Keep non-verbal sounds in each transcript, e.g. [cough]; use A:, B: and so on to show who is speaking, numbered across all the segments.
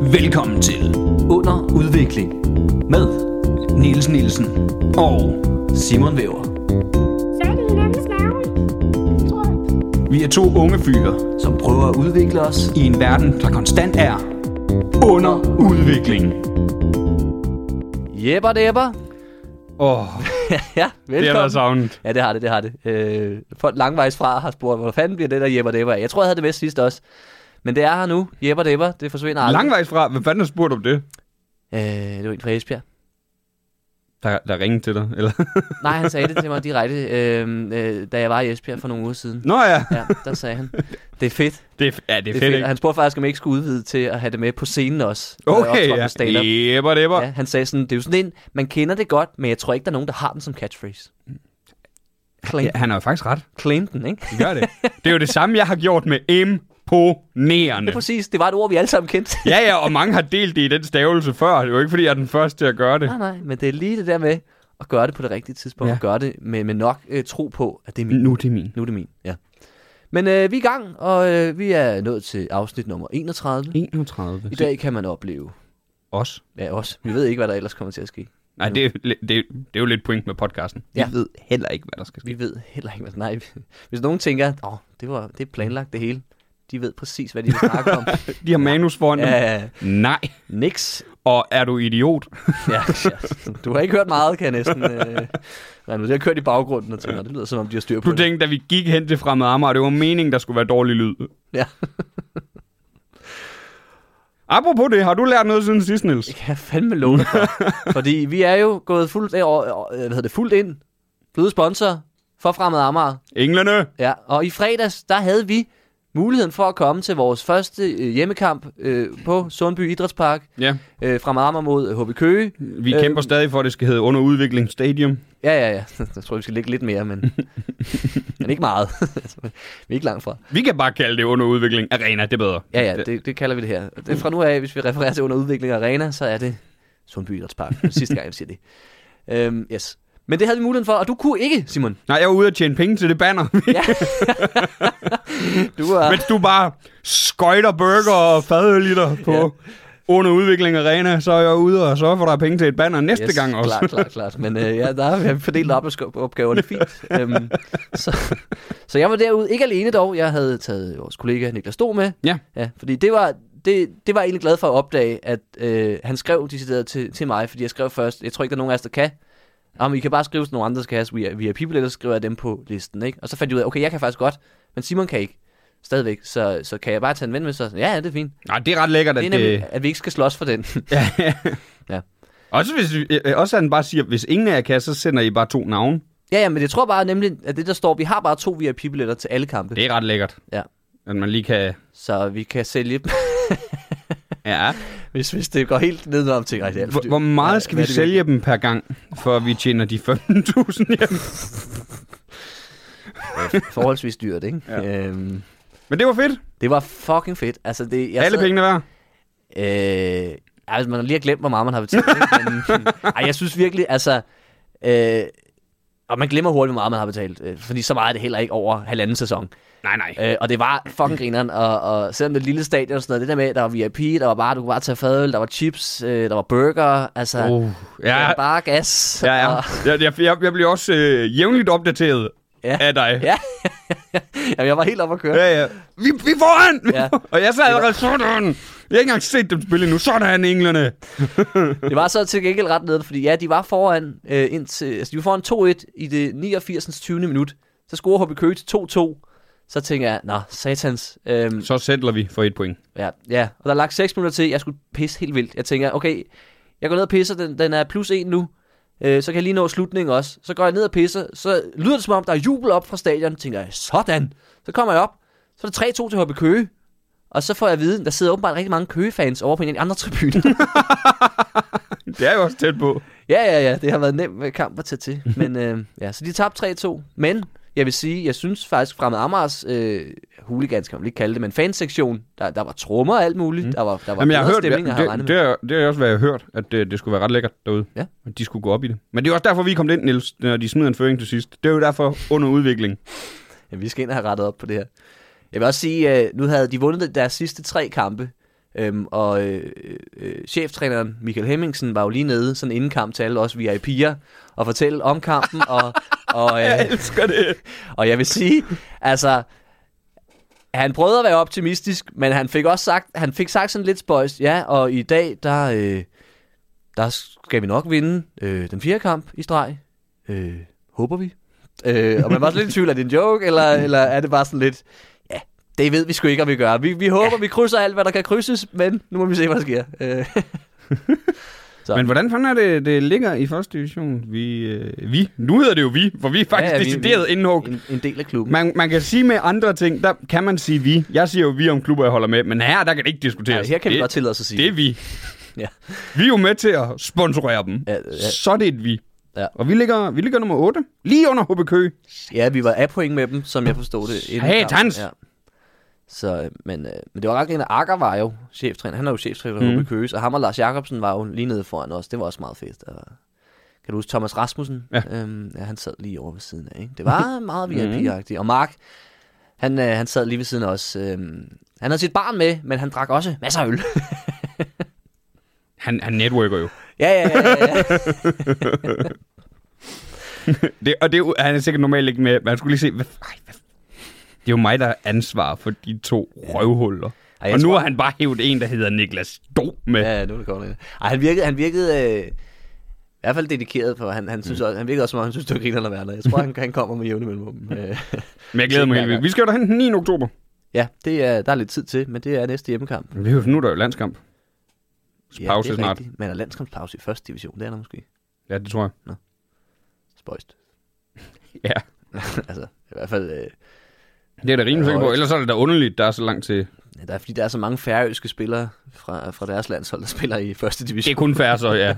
A: Velkommen til Under Udvikling med Niels Nielsen og Simon Væver.
B: Fat i hinandens navle. Tror jeg.
A: Vi er to unge fyre
C: som prøver at udvikle os.
A: i en verden, der konstant er under udvikling.
C: Jepper det, jepper.
D: Åh, oh,
C: [laughs] ja, velkommen.
D: det har været savnet.
C: Ja, det har det, det har det. Øh, folk langvejs fra har spurgt, hvor fanden bliver det der jepper depper af? Jeg tror, jeg havde det med sidst også. Men det er her nu. Jepper depper, det forsvinder aldrig.
D: Langvejs fra, hvad fanden har spurgt om det?
C: Øh, det var en fra Esbjerg.
D: Der, der ringede til dig, eller?
C: Nej, han sagde det til mig direkte, øh, øh, da jeg var i Esbjerg for nogle uger siden.
D: Nå ja,
C: Ja, der sagde han. Det er fedt.
D: det er, ja, det er
C: Det er
D: fedt,
C: fedt. Og
D: ikke?
C: han spurgte faktisk, om jeg ikke skulle udvide til at have det med på scenen også. når jeg
D: Okay,
C: optrådte
D: ja.
C: med stand-up.
D: Jebber, jebber.
C: Ja, han sagde sådan, det er jo sådan en, man kender det godt, men jeg tror ikke, der er nogen, der har den som catchphrase. Claim,
D: Mm. Ja, han har jo faktisk ret.
C: claim den, ikke?
D: Det gør det. Det er jo det samme, jeg har gjort med imponerende.
C: Ja. Præcis, det var et ord, vi alle sammen kendte.
D: Ja, ja, og mange har delt det i den stavelse før. Det er jo ikke, fordi jeg er den første til at gøre det.
C: nej, nej, men det er lige det der med at gøre det på det rigtige tidspunkt, ja.
D: Ja.
C: og gøre det med, med nok øh, tro på, at det er min.
D: Nu er det min.
C: Nu er det min, ja. Men øh, vi er i gang, og øh, vi er nået til afsnit nummer 31.
D: 31.
C: I dag kan man opleve,
D: Os.
C: ja også, vi ved ikke, hvad der ellers kommer til at ske.
D: Nej, det, er jo lidt- det, er- det er jo lidt point med podcasten.
C: Ja.
D: Vi ved heller ikke, hvad der skal ske.
C: Vi ved heller ikke, hvad... Nej, hvis nogen tænker, åh, det, var, det er planlagt det hele. De ved præcis, hvad de vil snakke
D: [laughs]
C: om.
D: De har manus foran dem.
C: Ja,
D: Nej.
C: niks.
D: Og er du idiot?
C: Ja, ja, du har ikke hørt meget, kan jeg næsten øh, regne ud. Jeg har kørt i baggrunden og tænker, "Nå, det lyder som om, de har styr på
D: Du
C: det.
D: tænkte, da vi gik hen til fremmede Amager, det var meningen, der skulle være dårlig lyd.
C: Ja.
D: [laughs] Apropos det, har du lært noget siden sidst, Niels?
C: kan jeg fandme love dig for. Fordi vi er jo gået fuldt, øh, øh, hvad hedder det, fuldt ind, blevet sponsor for Fremad Amager.
D: Englerne!
C: Ja, og i fredags, der havde vi muligheden for at komme til vores første øh, hjemmekamp øh, på Sundby Idrætspark.
D: Ja,
C: Øh, Fremad Amager mod HB Køge.
D: vi kæmper stadig for, at det skal hedde Under Udvikling Stadium.
C: Ja, ja, [laughs] ja. Jeg tror, vi skal ligge lidt mere, men, men ikke meget. [laughs] vi er ikke langt fra.
D: Vi kan bare kalde det Under Udvikling Arena, det er bedre.
C: Ja, ja, det, det kalder vi det her. Det er fra nu af, hvis vi refererer til under udvikling af arena, så er det Sundby Idrætspark. Det er Sidste gang, jeg siger det. Øhm, yes. Men det havde vi muligheden for, og du kunne ikke, Simon.
D: Nej, jeg var ude at tjene penge til det banner,
C: Du er...
D: [laughs] mens du bare skøjter burger og fadøliter på Under Udvikling Arena, så er jeg ude og sørger for, at der er penge til et banner næste yes, gang også.
C: Klart, klart, klart. Men øh, ja, der har vi fordelt op opgaverne fint. Øhm, så, så jeg var derude, ikke alene dog. Jeg havde taget vores kollega Niklas Sto med.
D: Ja.
C: Ja, fordi det var, det, det var jeg egentlig glad for at opdage, at øh, han skrev decideret til, til mig, fordi jeg skrev først, jeg tror ikke, der er nogen af os, der kan. Jamen, I kan bare skrive til nogle andre, der skal have via, via people, eller skriver jeg dem på listen, ikke? Og så fandt jeg ud af, okay, jeg kan faktisk godt, men Simon kan ikke stadigvæk, så, så kan jeg bare tage en ven med sig? Ja, ja, det er fint.
D: Nej, det er ret lækkert, at
C: Det er
D: det...
C: nemlig, at vi ikke skal slås for
D: [laughs]
C: den.
D: Også, hvis, vi- øh, også at den bare siger, hvis ingen af jer kan, så sender I bare to navne.
C: ja, ja, men jeg tror bare nemlig, at det der står, vi har bare to VIP-billetter til alle kampe,
D: Det er ret lækkert.
C: Ja.
D: At man lige kan...
C: så vi kan sælge dem, [laughs]
D: Ja.
C: hvis, hvis det går helt nedenom til rigtig
D: Hvor, hvor meget skal vi sælge dem per gang, for at vi tjener de [laughs] 15.000 hjem?
C: Forholdsvis dyrt, ikke? Ja.
D: Ja.
C: Øhm,
D: Men det var fedt.
C: det var fucking fedt. Altså, det, jeg
D: Alle
C: sad-
D: pengene værd.
C: Øh, altså, man har lige glemt, hvor meget man har betalt. ikke? men,
D: [laughs]
C: ej, jeg synes virkelig, altså... Øh, og man glemmer hurtigt, hvor meget man har betalt. Øh, fordi så meget er det heller ikke over halvanden sæson.
D: Nej, nej.
C: Øh, og det var fucking grineren. Og, og selvom det er et lille stadion og sådan noget, det der med, der var VIP, der var bare, du kunne bare tage fadøl, der var chips, øh, der var burger, altså... Oh.
D: Uh, ja,
C: Bare Ah. gas.
D: ja, ja.
C: Og,
D: Jeg, jeg, jeg, jeg bliver også øh, jævnligt opdateret
C: Ja.
D: ja. af dig.
C: [laughs] ja. Jamen, jeg var helt oppe at køre.
D: Ja, ja. Vi, vi er foran!
C: Ja.
D: Ja. [laughs] og jeg sad allerede sådan. Jeg har ikke engang set dem spille endnu. Sådan, englerne.
C: Det var så til gengæld ret nede, fordi ja, de var foran, øh, indtil, altså, de var foran 2-1 i det 89. 20. minut. Så scorer HB Køge til 2-2. Så tænker jeg, nå, satans. Øhm,
D: Så sætter vi for et point.
C: ja, ja, og der er lagt 6 minutter til, jeg skulle pisse helt vildt. Jeg tænker, okay, jeg går ned og pisser, den, den er plus 1 nu. Øh, så kan jeg lige nå slutningen også. Så går jeg ned og pisser, så lyder det som om, der er jubel op fra stadion. Tænker jeg, sådan. Så kommer jeg op, så er det 3-2 til HB Køge. Og så får jeg at vide, der sidder åbenbart rigtig mange køgefans over på en af de andre tribuner.
D: Det er jo også tæt på.
C: Ja, ja, ja. Det har været en nem øh, kamp at tage til.
D: Mhm.
C: Men øh, ja, så de tabte 3-2. Men jeg vil sige, jeg synes faktisk, Fremad Amagers øh, hooligans, kan man ikke kalde det, men fansektion, der, der var trommer og alt muligt. Mm. Der var, der var
D: Mhm. Jamen, jeg har
C: bedre
D: hørt,
C: stemning, end jeg, havde
D: det, det,
C: regnet
D: det, er, det er også, hvad jeg har hørt, at øh, det, det skulle være ret lækkert derude.
C: Ja.
D: At de skulle gå op i det. Men det er også derfor, vi kom ind, Niels, når de smider en føring til sidst. Det er jo derfor under udvikling.
C: med. Jamen, vi skal ind og have rettet op på det her. Jeg vil også sige, øh, nu havde de vundet deres sidste tre kampe. Øhm, og øh, øh, cheftræneren Michael Hemmingsen var jo lige nede, sådan inden kamp til alle os VIP'er, og fortælle om
D: [laughs]
C: kampen, og, og, øh,
D: Jeg elsker det.
C: [laughs] og jeg vil sige, altså, han prøvede at være optimistisk, men han fik også sagt, han fik sagt sådan lidt spøjst, ja, og i dag, der, øh, der skal vi nok vinde øh, den fjerde kamp i streg. Øh, håber vi. Øh, og man var også lidt i tvivl, er det en joke, eller, [laughs] eller er det bare sådan lidt, ja, det ved vi sgu ikke, om vi gør. Vi, vi håber, ja. vi krydser alt, hvad der kan krydses, men nu må vi se, hvad der sker. Øh, Så.
D: Men hvordan fanden er det, det ligger i første division? Vi, øh, vi. Nu hedder det jo vi, for vi er faktisk ja,
C: vi-
D: ja,
C: vi-
D: decideret indhug.
C: en, en del af klubben.
D: Man, man kan sige med andre ting, der kan man sige vi. Jeg siger jo vi om klubber, jeg holder med, men her, der kan det ikke diskuteres.
C: Ja, Altså, her kan vi
D: det,
C: godt tillade os at sige.
D: Det er vi.
C: [laughs] Ja.
D: Vi er jo med til at sponsorere dem.
C: Ja,
D: Ja,
C: ja.
D: ja. Så er det et vi.
C: Ja.
D: Og vi ligger, vi ligger nummer 8, lige under HB Køge.
C: Ja, vi var af point med dem, som jeg forstod det. inden
D: Hey,
C: kampen,
D: Tans!
C: Ja. Så, øh, men, øh, men det var ret griner. Akker var jo cheftræner. Han er jo cheftræner for mm. Køges, og ham og Lars Jacobsen var jo lige nede foran os. Det var også meget fedt. Og, kan du huske Thomas Rasmussen?
D: Ja.
C: Øhm, ja han sad lige over ved siden af. Ikke? Det var meget VIP-agtigt. Og Mark, han, øh, han sad lige ved siden af os. Øhm, han havde sit barn med, men han drak også masser af øl.
D: Han, han networker jo.
C: ja, ja, ja, ja, ja.
D: Det, og det, er jo- han er sikkert normalt ikke med. Man skulle lige se, hvad, ej, hvad, det er jo mig, der har ansvar for de to røvhuller.
C: Ej, jeg
D: og nu
C: tror-
D: har han bare hævet en, der hedder Niklas Do med. Ja.
C: Ja, ja, nu er det kommet ind. Ej, han virkede, han virkede øh, i hvert fald dedikeret, for han, han, synes
D: Mm.
C: også, han virkede også, som om han synes, det var griner at være der. Jeg
D: [laughs]
C: tror, han, han kommer med jævne mellemrum. Øh,
D: Men jeg glæder mig helt vildt. Vi skal jo derhen den 9. oktober.
C: ja, det er, der er lidt tid til, men det er næste hjemmekamp.
D: Men det er jo, nu er der jo landskamp.
C: Ja,
D: Pause
C: det er
D: snart.
C: Rigtigt. Men er landskampspause i første division, det er der måske.
D: Ja, det tror jeg.
C: Spøjst. [laughs]
D: Ja.
C: altså, i hvert fald, øh,
D: Det er da rimelig sikker på.
C: højt.
D: Ellers er det da underligt, der er så langt til.
C: ja, der er, fordi der er så mange færøske spillere fra, fra deres landshold, der spiller i første
D: Det er
C: division.
D: kun færre så, ja.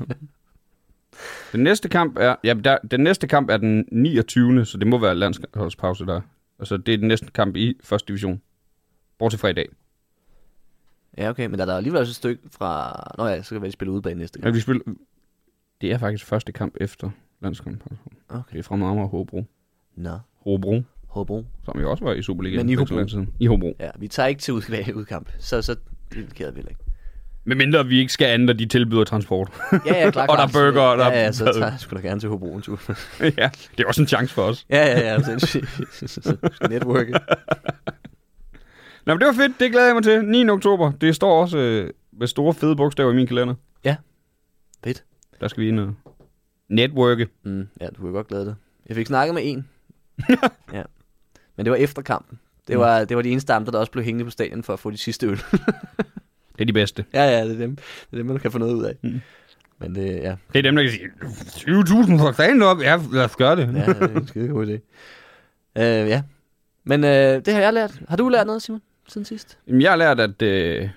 D: [laughs] Den næste kamp er, ja, der, den næste kamp er den 29. Så det må være landsholdspause der. Altså, det er den næste kamp i første division. Bortset fra i dag.
C: Ja, okay, men der er der alligevel også et stykke fra... Nå ja, så kan vi spille udebane næste
D: Ja,
C: gang.
D: vi spiller... Det er faktisk første kamp efter landsholdspause.
C: Okay.
D: Det er fra Marmar og Hobro.
C: Nå,
D: Hobro,
C: Hobro.
D: som jo også var i Superligaen.
C: Men i
D: for ikke så
C: Hobro.
D: lang tid siden. I Hobro.
C: Ja, vi tager ikke til ud- udkamp, så, så dedikerer vi heller ikke.
D: Med mindre vi ikke skal andet, og de tilbyder transport.
C: Ja, ja, klar,
D: Og der er
C: klar.
D: burger, og der
C: ja,
D: er-
C: ja, så tager jeg sgu da gerne til Hobro en tur.
D: [laughs] ja, det er også en chance for os.
C: ja, ja, ja,
D: [laughs]
C: sindssygt. Network.
D: Nå, men det var fedt. Det glæder jeg mig til. 9. oktober. Det står også øh, med store fede bogstaver i min kalender.
C: Ja. Fedt.
D: Der skal vi ind og networke.
C: Mm, ja, du kan godt glæde dig. Jeg fik snakket med
D: [laughs]
C: en. ja. Men det var efter kampen. Det
D: Mm.
C: var, det var de eneste andre, der også blev hængende på stadion for at få de sidste øl. [laughs]
D: Det er de bedste.
C: ja, ja, det er dem, det er dem man kan få noget ud af. Mm. Men det, ja,
D: Det er dem, der kan sige, 20.000 for stand op. Ja, lad os gøre det.
C: ja det er en skide god idé. Øh, ja. Men øh, det har jeg lært. Har du lært noget, Simon, siden
D: [laughs]
C: sidst?
D: Jamen, jeg har lært, at, øh,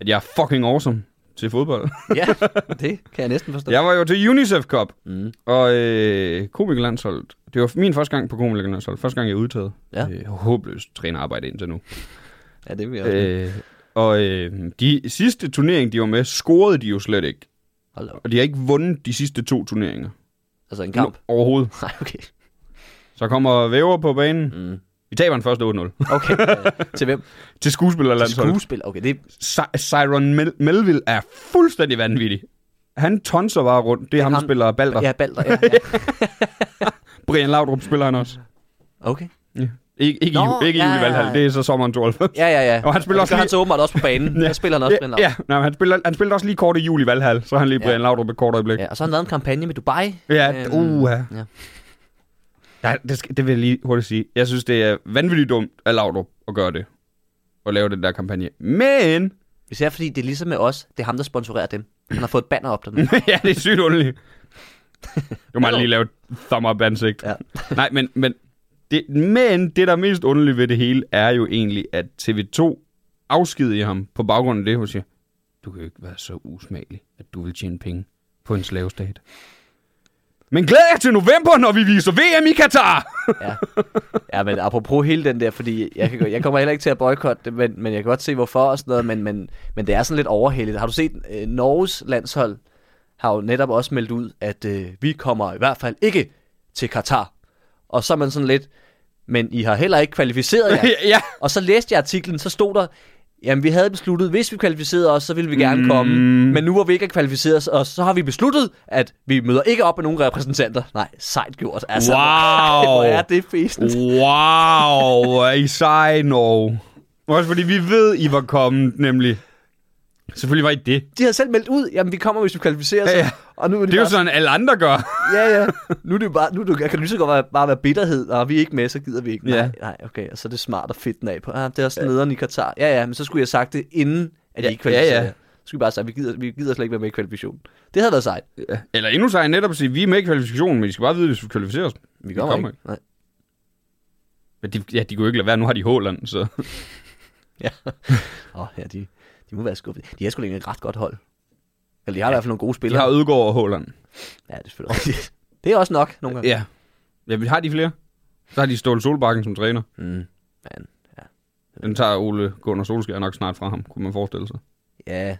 D: at jeg er fucking awesome til fodbold.
C: ja, det kan jeg næsten forstå.
D: jeg var jo til UNICEF Cup,
C: Mm.
D: og øh, komikerlandsholdet. Det var min første gang på komikerlandsholdet. Første gang, jeg er udtaget.
C: Ja.
D: Øh, håbløst trænerarbejde indtil nu.
C: Ja, det vil jeg også. Øh.
D: Øh, og øh, de sidste turnering, de var med, scorede de jo slet ikke.
C: Hold da op.
D: Og de har ikke vundet de sidste to turneringer.
C: Altså en kamp?
D: Overhovedet.
C: [laughs] Nej, okay.
D: Så kommer Væver på banen.
C: Mm.
D: Vi taber den første 8-0. [laughs]
C: Okay, øh, til hvem?
D: Til skuespillerlandsholdet.
C: Skuespil. Okay, det
D: Sku- Siron Mel- Melville er fuldstændig vanvittig. Han tonser bare rundt. Det er ham, der
C: ham-
D: spiller Balder.
C: er
D: [laughs] Ja.
C: ja, Balder. Ja, ja.
D: Brian Laudrup spiller han også.
C: Okay.
D: Ja. Ikke, ikke,
C: Nå,
D: Nå, ikke
C: ja,
D: ja, i
C: ja,
D: Valhall.
C: ja.
D: Det er så sommeren 92.
C: Ja, ja, ja.
D: Og han spiller
C: det
D: også
C: gør han
D: lige-
C: så åbenbart også på banen. Der spiller han også
D: [laughs] ja,
C: Brian
D: ja. Nej, men han, spiller, han spiller også lige kort i juli Valhall. Så er han lige
C: Ja.
D: Brian Laudrup et kort øjeblik.
C: ja. Og så har han lavet en kampagne med Dubai.
D: Ja,
C: Øhm,
D: uha.
C: ja.
D: Nej, det, skal, det vil jeg lige hurtigt sige. Jeg synes, det er vanvittigt dumt af Laudrup at gøre det. At lave den der kampagne. Men
C: Især fordi det er ligesom med os. Det er ham, der sponsorerer dem. Han har fået et banner op dernede.
D: [laughs] ja, det er sygt underligt. Du må lige lave et thumb up ansigt.
C: Ja.
D: Nej, men, men, det, men det, der er mest underligt ved det hele, er jo egentlig, at TV2 afskedigede ham på baggrund af det, hun siger, du kan jo ikke være så usmagelig, at du vil tjene penge på en slavestat. Men glæder jeg til november, når vi viser VM i Katar!
C: Ja. ja, men apropos hele den der, fordi jeg, kan, jeg kommer heller ikke til at boykotte det, men, men jeg kan godt se hvorfor og sådan noget, men, men, men det er sådan lidt overhældigt. Har du set øh, Norges landshold har jo netop også meldt ud, at øh, vi kommer i hvert fald ikke til Katar. Og så er
D: [laughs]
C: man sådan lidt, men I har heller ikke kvalificeret jer.
D: ja,
C: Og så læste jeg artiklen, så stod der, Jamen, vi havde besluttet, hvis vi kvalificerede os, så ville vi gerne mm. komme.
D: Mm.
C: Men nu hvor vi ikke har kvalificeret os, så har vi besluttet, at vi møder ikke op med nogen repræsentanter. Nej, sejt gjort. Altså,
D: Wow. Oh.
C: nej, [laughs] hvor er det fæsent.
D: Wow, hvor er I seje, Norge. Også fordi vi ved, I var kommet, nemlig. Selvfølgelig var I det.
C: De havde selv meldt ud, jamen vi kommer, hvis vi kvalificerer os.
D: Ja, ja.
C: Og nu er de
D: Det er jo
C: bare,
D: sådan, alle andre gør.
C: Ja, ja. Nu er det jo bare, nu er det, jo- jeg kan lige så godt være, bare være bitterhed, og vi er ikke med, så gider vi ikke. Nej,
D: Ja.
C: nej, okay, og så er det smart at fedte den af på. Ah, det er også nederen i Katar. Ja, ja, men så skulle jeg have sagt det, inden at
D: Ja,
C: I ikke kvalificerede
D: ja,
C: ja,
D: ja.
C: ja. Så skulle vi bare sige, vi gider, vi gider slet ikke være med i kvalifikationen. Det havde været sejt.
D: Eller endnu sejere netop at sige, vi er med i kvalifikationen, men I skal bare vide, hvis vi kvalificerer os. Vi kommer
C: ikke. Nej.
D: Men de, ja, de kunne jo ikke lade være. Nu har de Håland, så...
C: Ja. Åh, oh, ja, de, de må være skuffede. De har sgu egentlig et ret godt hold. Eller de har ja, i hvert fald nogle gode
D: De
C: spillere.
D: har Ødegård og Håland.
C: Ja, det er selvfølgelig rigtigt. Det er også [laughs] nok nogle gange.
D: Ja. Ja, vi har de flere. Så har de Ståle Solbakken som træner.
C: Mm. Men,
D: Den tager Ole Gunnar Solskjaer nok snart fra ham, kunne man forestille sig.
C: ja,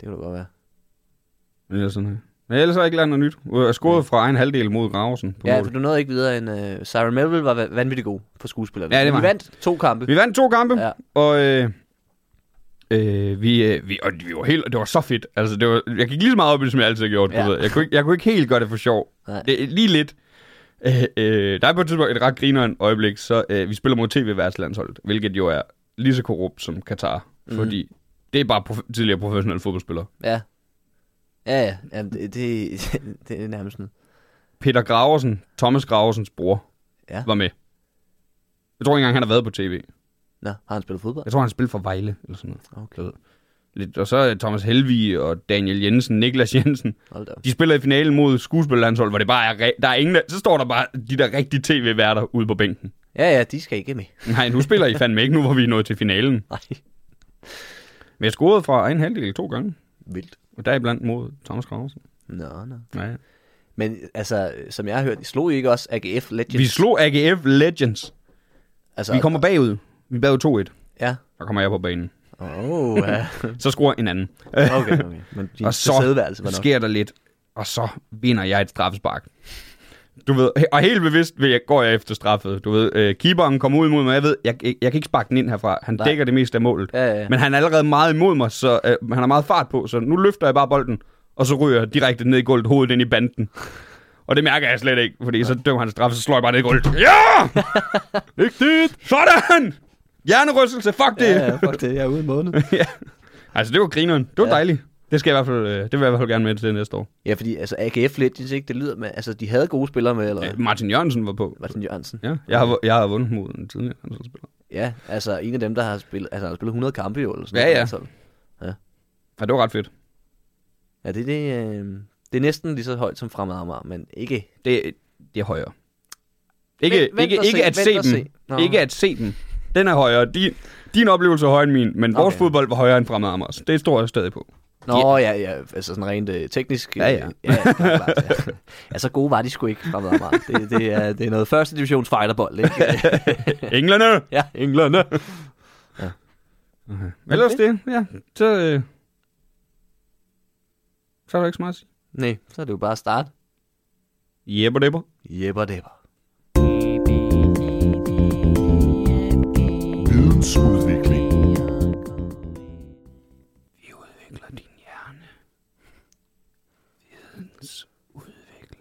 C: det kunne da godt være.
D: Men ellers, sådan her. Men ellers er der ikke landet nyt. Jeg scorede fra egen halvdel mod Graversen. På
C: Ja,
D: ja,
C: for du nåede ikke videre end... Uh, Sarah Melville var va- vanvittig god på skuespiller.
D: Ja, det var
C: Vi
D: han.
C: vandt to kampe.
D: Vi vandt to kampe, ja.
C: Ja.
D: og, øh, øh, vi, øh, vi, og vi var helt, det var så fedt. Altså, det var, jeg gik lige så meget op i det, som jeg altid har gjort. Ja.
C: Ja.
D: Du ved. Jeg, kunne ikke, jeg kunne ikke helt gøre det for sjov.
C: Nej.
D: Det, lige lidt. Øh, øh, der er på et tidspunkt et ret grineren øjeblik, så øh, vi spiller mod tv-værtslandsholdet, hvilket jo er lige så korrupt som Katar,
C: Mhm.
D: mm. fordi det er bare prof- tidligere professionelle fodboldspillere.
C: Ja. Ja, ja. Jamen, det, [laughs] det, det er nærmest sådan...
D: Peter Graversen, Thomas Graversens bror, ja.
C: Ja.
D: var med. Jeg tror ikke engang, han har været på tv.
C: Nå, har han spillet fodbold?
D: Jeg tror, han spillede for Vejle, eller sådan noget.
C: Okay.
D: Jeg ved. Lidt. Og så er Thomas Helvi og Daniel Jensen, Niklas [laughs] Jensen.
C: Hold da op.
D: De spiller i finalen mod skuespillerlandshold, hvor det bare er... re- Der er ingen, der, så står der bare de der rigtige tv-værter ude på bænken.
C: Ja, ja, de skal ikke med.
D: Nej, nu spiller I fandme ikke, nu hvor vi er nået til finalen.
C: [laughs] Nej,
D: Men jeg scorede fra egen halvdel to gange.
C: vildt.
D: Og deriblandt mod Thomas Graversen.
C: Nå, nå.
D: Ja, ja.
C: Men altså, som jeg har hørt, I slog I ikke også AGF Legends?
D: Vi slog AGF Legends.
C: altså,
D: Vi kommer bagud. Vi er bagud 2-1.
C: Ja.
D: Der kommer jeg på banen.
C: Åh, oh, ja.
D: Så scorer en anden.
C: Okay, [laughs] okay. Men din
D: Og
C: tilstedeværelse var
D: så
C: nok.
D: sker der lidt, og så vinder jeg et straffespark. Du ved, og helt bevidst vil jeg, går jeg efter straffet. Du ved, øh, keeperen kommer ud mod mig, jeg ved, jeg, jeg, jeg kan ikke sparke den ind herfra. Han Nej.
C: Nej.
D: dækker det meste af målet.
C: Ja, ja, ja.
D: Men han er allerede meget imod mig, så øh, han har meget fart på, så nu løfter jeg bare bolden, og så ryger jeg direkte ned i gulvet, hovedet ind i banden. Og det mærker jeg slet ikke, fordi så dømmer han straf, så slår jeg bare ned i gulvet.
C: [laughs]
D: Ja! Vigtigt! Sådan! Hjernerystelse, fuck det!
C: Ja, ja,
D: [laughs]
C: fuck det, jeg er ude en måned.
D: Altså, det var grineren. Det var ja.
C: Ja.
D: dejligt. Det skal jeg i hvert fald, øh, det vil jeg i hvert fald gerne med til næste år.
C: [laughs] ja, fordi altså, AGF Legends, ikke? Det lyder med, altså, de havde gode spillere med, eller
D: Øh,
C: hvad?
D: Martin Jørgensen var på.
C: Martin Jørgensen.
D: Ja, jeg har, jeg har vundet mod en tidligere landsholdsspiller.
C: Ja, altså, en af dem, der har spillet, altså, han har spillet 100 kampe jo, eller sådan
D: Ja,
C: noget, altså.
D: ja.
C: landshold.
D: Ja, det var ret fedt.
C: Ja, det, det, øh, det er næsten lige så højt som fremad Amager, men ikke...
D: Det, det er højere. Ikke, vent,
C: Vent- vent
D: ikke,
C: og
D: ikke
C: se,
D: at
C: vent
D: se dem.
C: og se. Nå.
D: Ikke at se dem. Den er højere. Din, din oplevelse er højere end min, men vores
C: Okay.
D: fodbold var højere end fremad Amers. Det står jeg stadig
C: [laughs]
D: på.
C: Nå, ja, ja, altså sådan rent øh, teknisk. øh,
D: Ja, ja.
C: ja, ja, klart, ja. ja, så gode var de sgu ikke fremad Amager. Det, det, er, det er noget første divisions fighterbold, ikke? [laughs]
D: Englerne!
C: ja, England.
D: Ellers det, ja. Så, øh, så er der ikke så meget at sige.
C: Nej, så er det jo bare at starte.
D: Jebber debber.
C: Jebber debber.
D: Vi udvikler din hjerne. Vidensudvikling.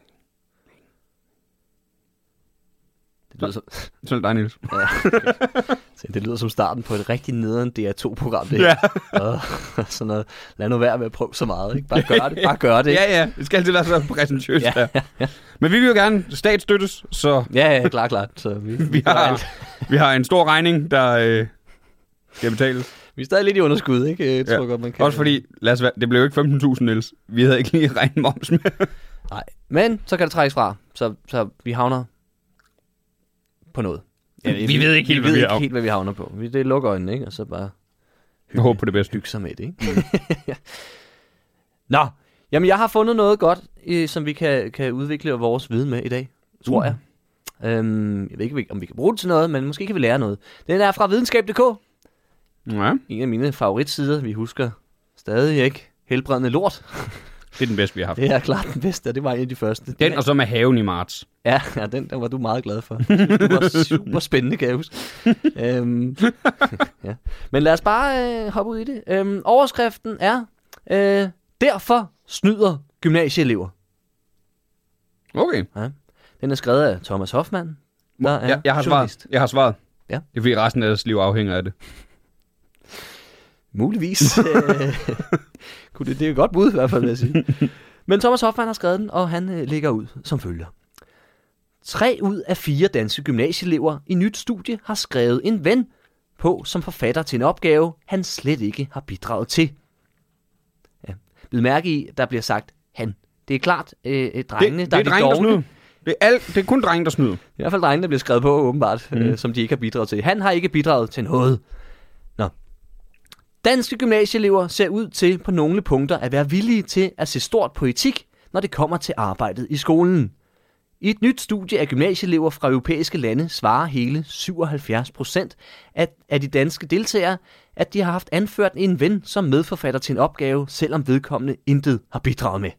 C: Det lyder som, [laughs]
D: Selv dig, Niels.
C: ja, okay. Så det lyder som starten på et rigtig nederen DR2-program. Det
D: Ja.
C: ja. Og, [laughs] sådan noget. Lad nu være med at prøve så meget. Ikke? Bare gør det. Bare gør det.
D: Ja, ja. Det skal altid være så præsentøst ja.
C: [laughs] Ja,
D: der. Men vi vil jo gerne statsstøttes, så
C: ja, ja, klar, klar. Så vi,
D: vi har, vi har en stor regning, der øh, skal betales.
C: vi er stadig lidt i underskud, ikke? Jeg tror godt, man kan.
D: Også fordi, lad os være, det blev jo ikke 15.000, Niels. Vi havde ikke lige regnet moms med.
C: Nej. Men så kan det trækkes fra, så, så vi havner på noget.
D: Vi ved ikke helt,
C: vi
D: hvad
C: ved
D: vi
C: ikke
D: havner-
C: helt, hvad vi havner på. Vi, det lukker øjnene, ikke? Og så bare
D: Jeg håber på det bedste.
C: hygge sig med det, ikke?
D: Mm.
C: [laughs] Nå, jamen jeg har fundet noget godt, øh, som vi kan, kan udvikle vores viden med i dag, tror
D: Uh.
C: jeg. Øhm, jeg ved ikke, om vi kan bruge det til noget, men måske kan vi lære noget. Den er fra videnskab.dk,
D: Ja.
C: en af mine favoritsider, vi husker stadig ikke. Helbredende lort.
D: Det er den bedste, vi har haft.
C: Det er klart den bedste, og det var en af de første.
D: Den og så med haven i marts.
C: Ja, ja den der var du meget glad for. Det var super spændende, kan jeg huske.
D: [laughs]
C: øhm, ja. Men lad os bare øh, hoppe ud i det. Øhm, overskriften er, øh, derfor snyder gymnasieelever.
D: Okay.
C: Den er skrevet af Thomas Hoffmann. Der er
D: Jeg, jeg har
C: journalist.
D: svaret. Jeg har svaret.
C: Ja.
D: Det er fordi resten af deres liv afhænger af det.
C: Muligvis. [laughs] Øh, Kunne det, det er et godt bud i hvert fald, vil jeg sige. Men Thomas Hoffmann har skrevet den, og han øh, lægger ud som følger. Tre ud af fire danske gymnasieelever i nyt studie har skrevet en ven på som forfatter til en opgave, han slet ikke har bidraget til. Ja. Bid mærke i, der bliver sagt han. Det er klart øh, øh, drengene,
D: det,
C: der
D: det
C: er,
D: er
C: de
D: drenge, der
C: dogne.
D: snyder. Det er, alt, det er kun drenge, der snyder.
C: I hvert fald drengene, der bliver skrevet på, åbenbart, mm. øh, som de ikke har bidraget til. Han har ikke bidraget til noget. Nå. Danske gymnasieelever ser ud til på nogle punkter at være villige til at se stort på etik, når det kommer til arbejdet i skolen. I et nyt studie af gymnasieelever fra europæiske lande svarer hele 77 procent af, af de danske deltagere, at de har haft anført en ven som medforfatter til en opgave, selvom vedkommende intet har bidraget med.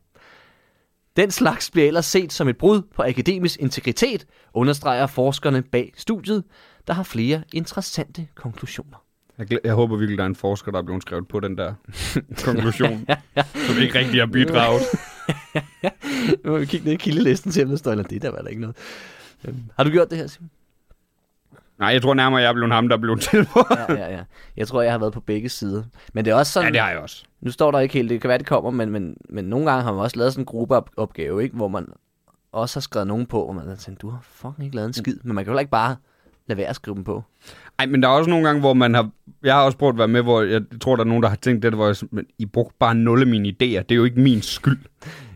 C: Den slags bliver ellers set som et brud på akademisk integritet, understreger forskerne bag studiet, der har flere interessante konklusioner.
D: Jeg, glæ- jeg håber virkelig, der er en forsker, der er blevet skrevet på [laughs] den der konklusion, som ikke rigtig har bidraget.
C: Nu må vi kigge ned i kildelisten til, om der står, eller det der var der ikke noget. Øhm, har du gjort det her, Simon?
D: Nej, jeg tror nærmere, jeg er blevet ham, der er blevet tilføjet.
C: Ja, ja, ja. Jeg tror, jeg har været på begge sider. Men det er også sådan,
D: Ja, det har jeg også.
C: nu står der ikke helt, det kan være, det kommer, men, men, men nogle gange har man også lavet sådan en gruppeopgave, ikke? hvor man også har skrevet nogen på, hvor man har tænkt, du har fucking ikke lavet en skid, men man kan jo heller ikke bare lade være at skrive dem på.
D: Ej, men der er også nogle gange, hvor man har... Jeg har også prøvet at være med, hvor jeg tror, der er nogen, der har tænkt det, hvor jeg, sådan, men I brugte bare nul af mine idéer. Det er jo ikke min skyld.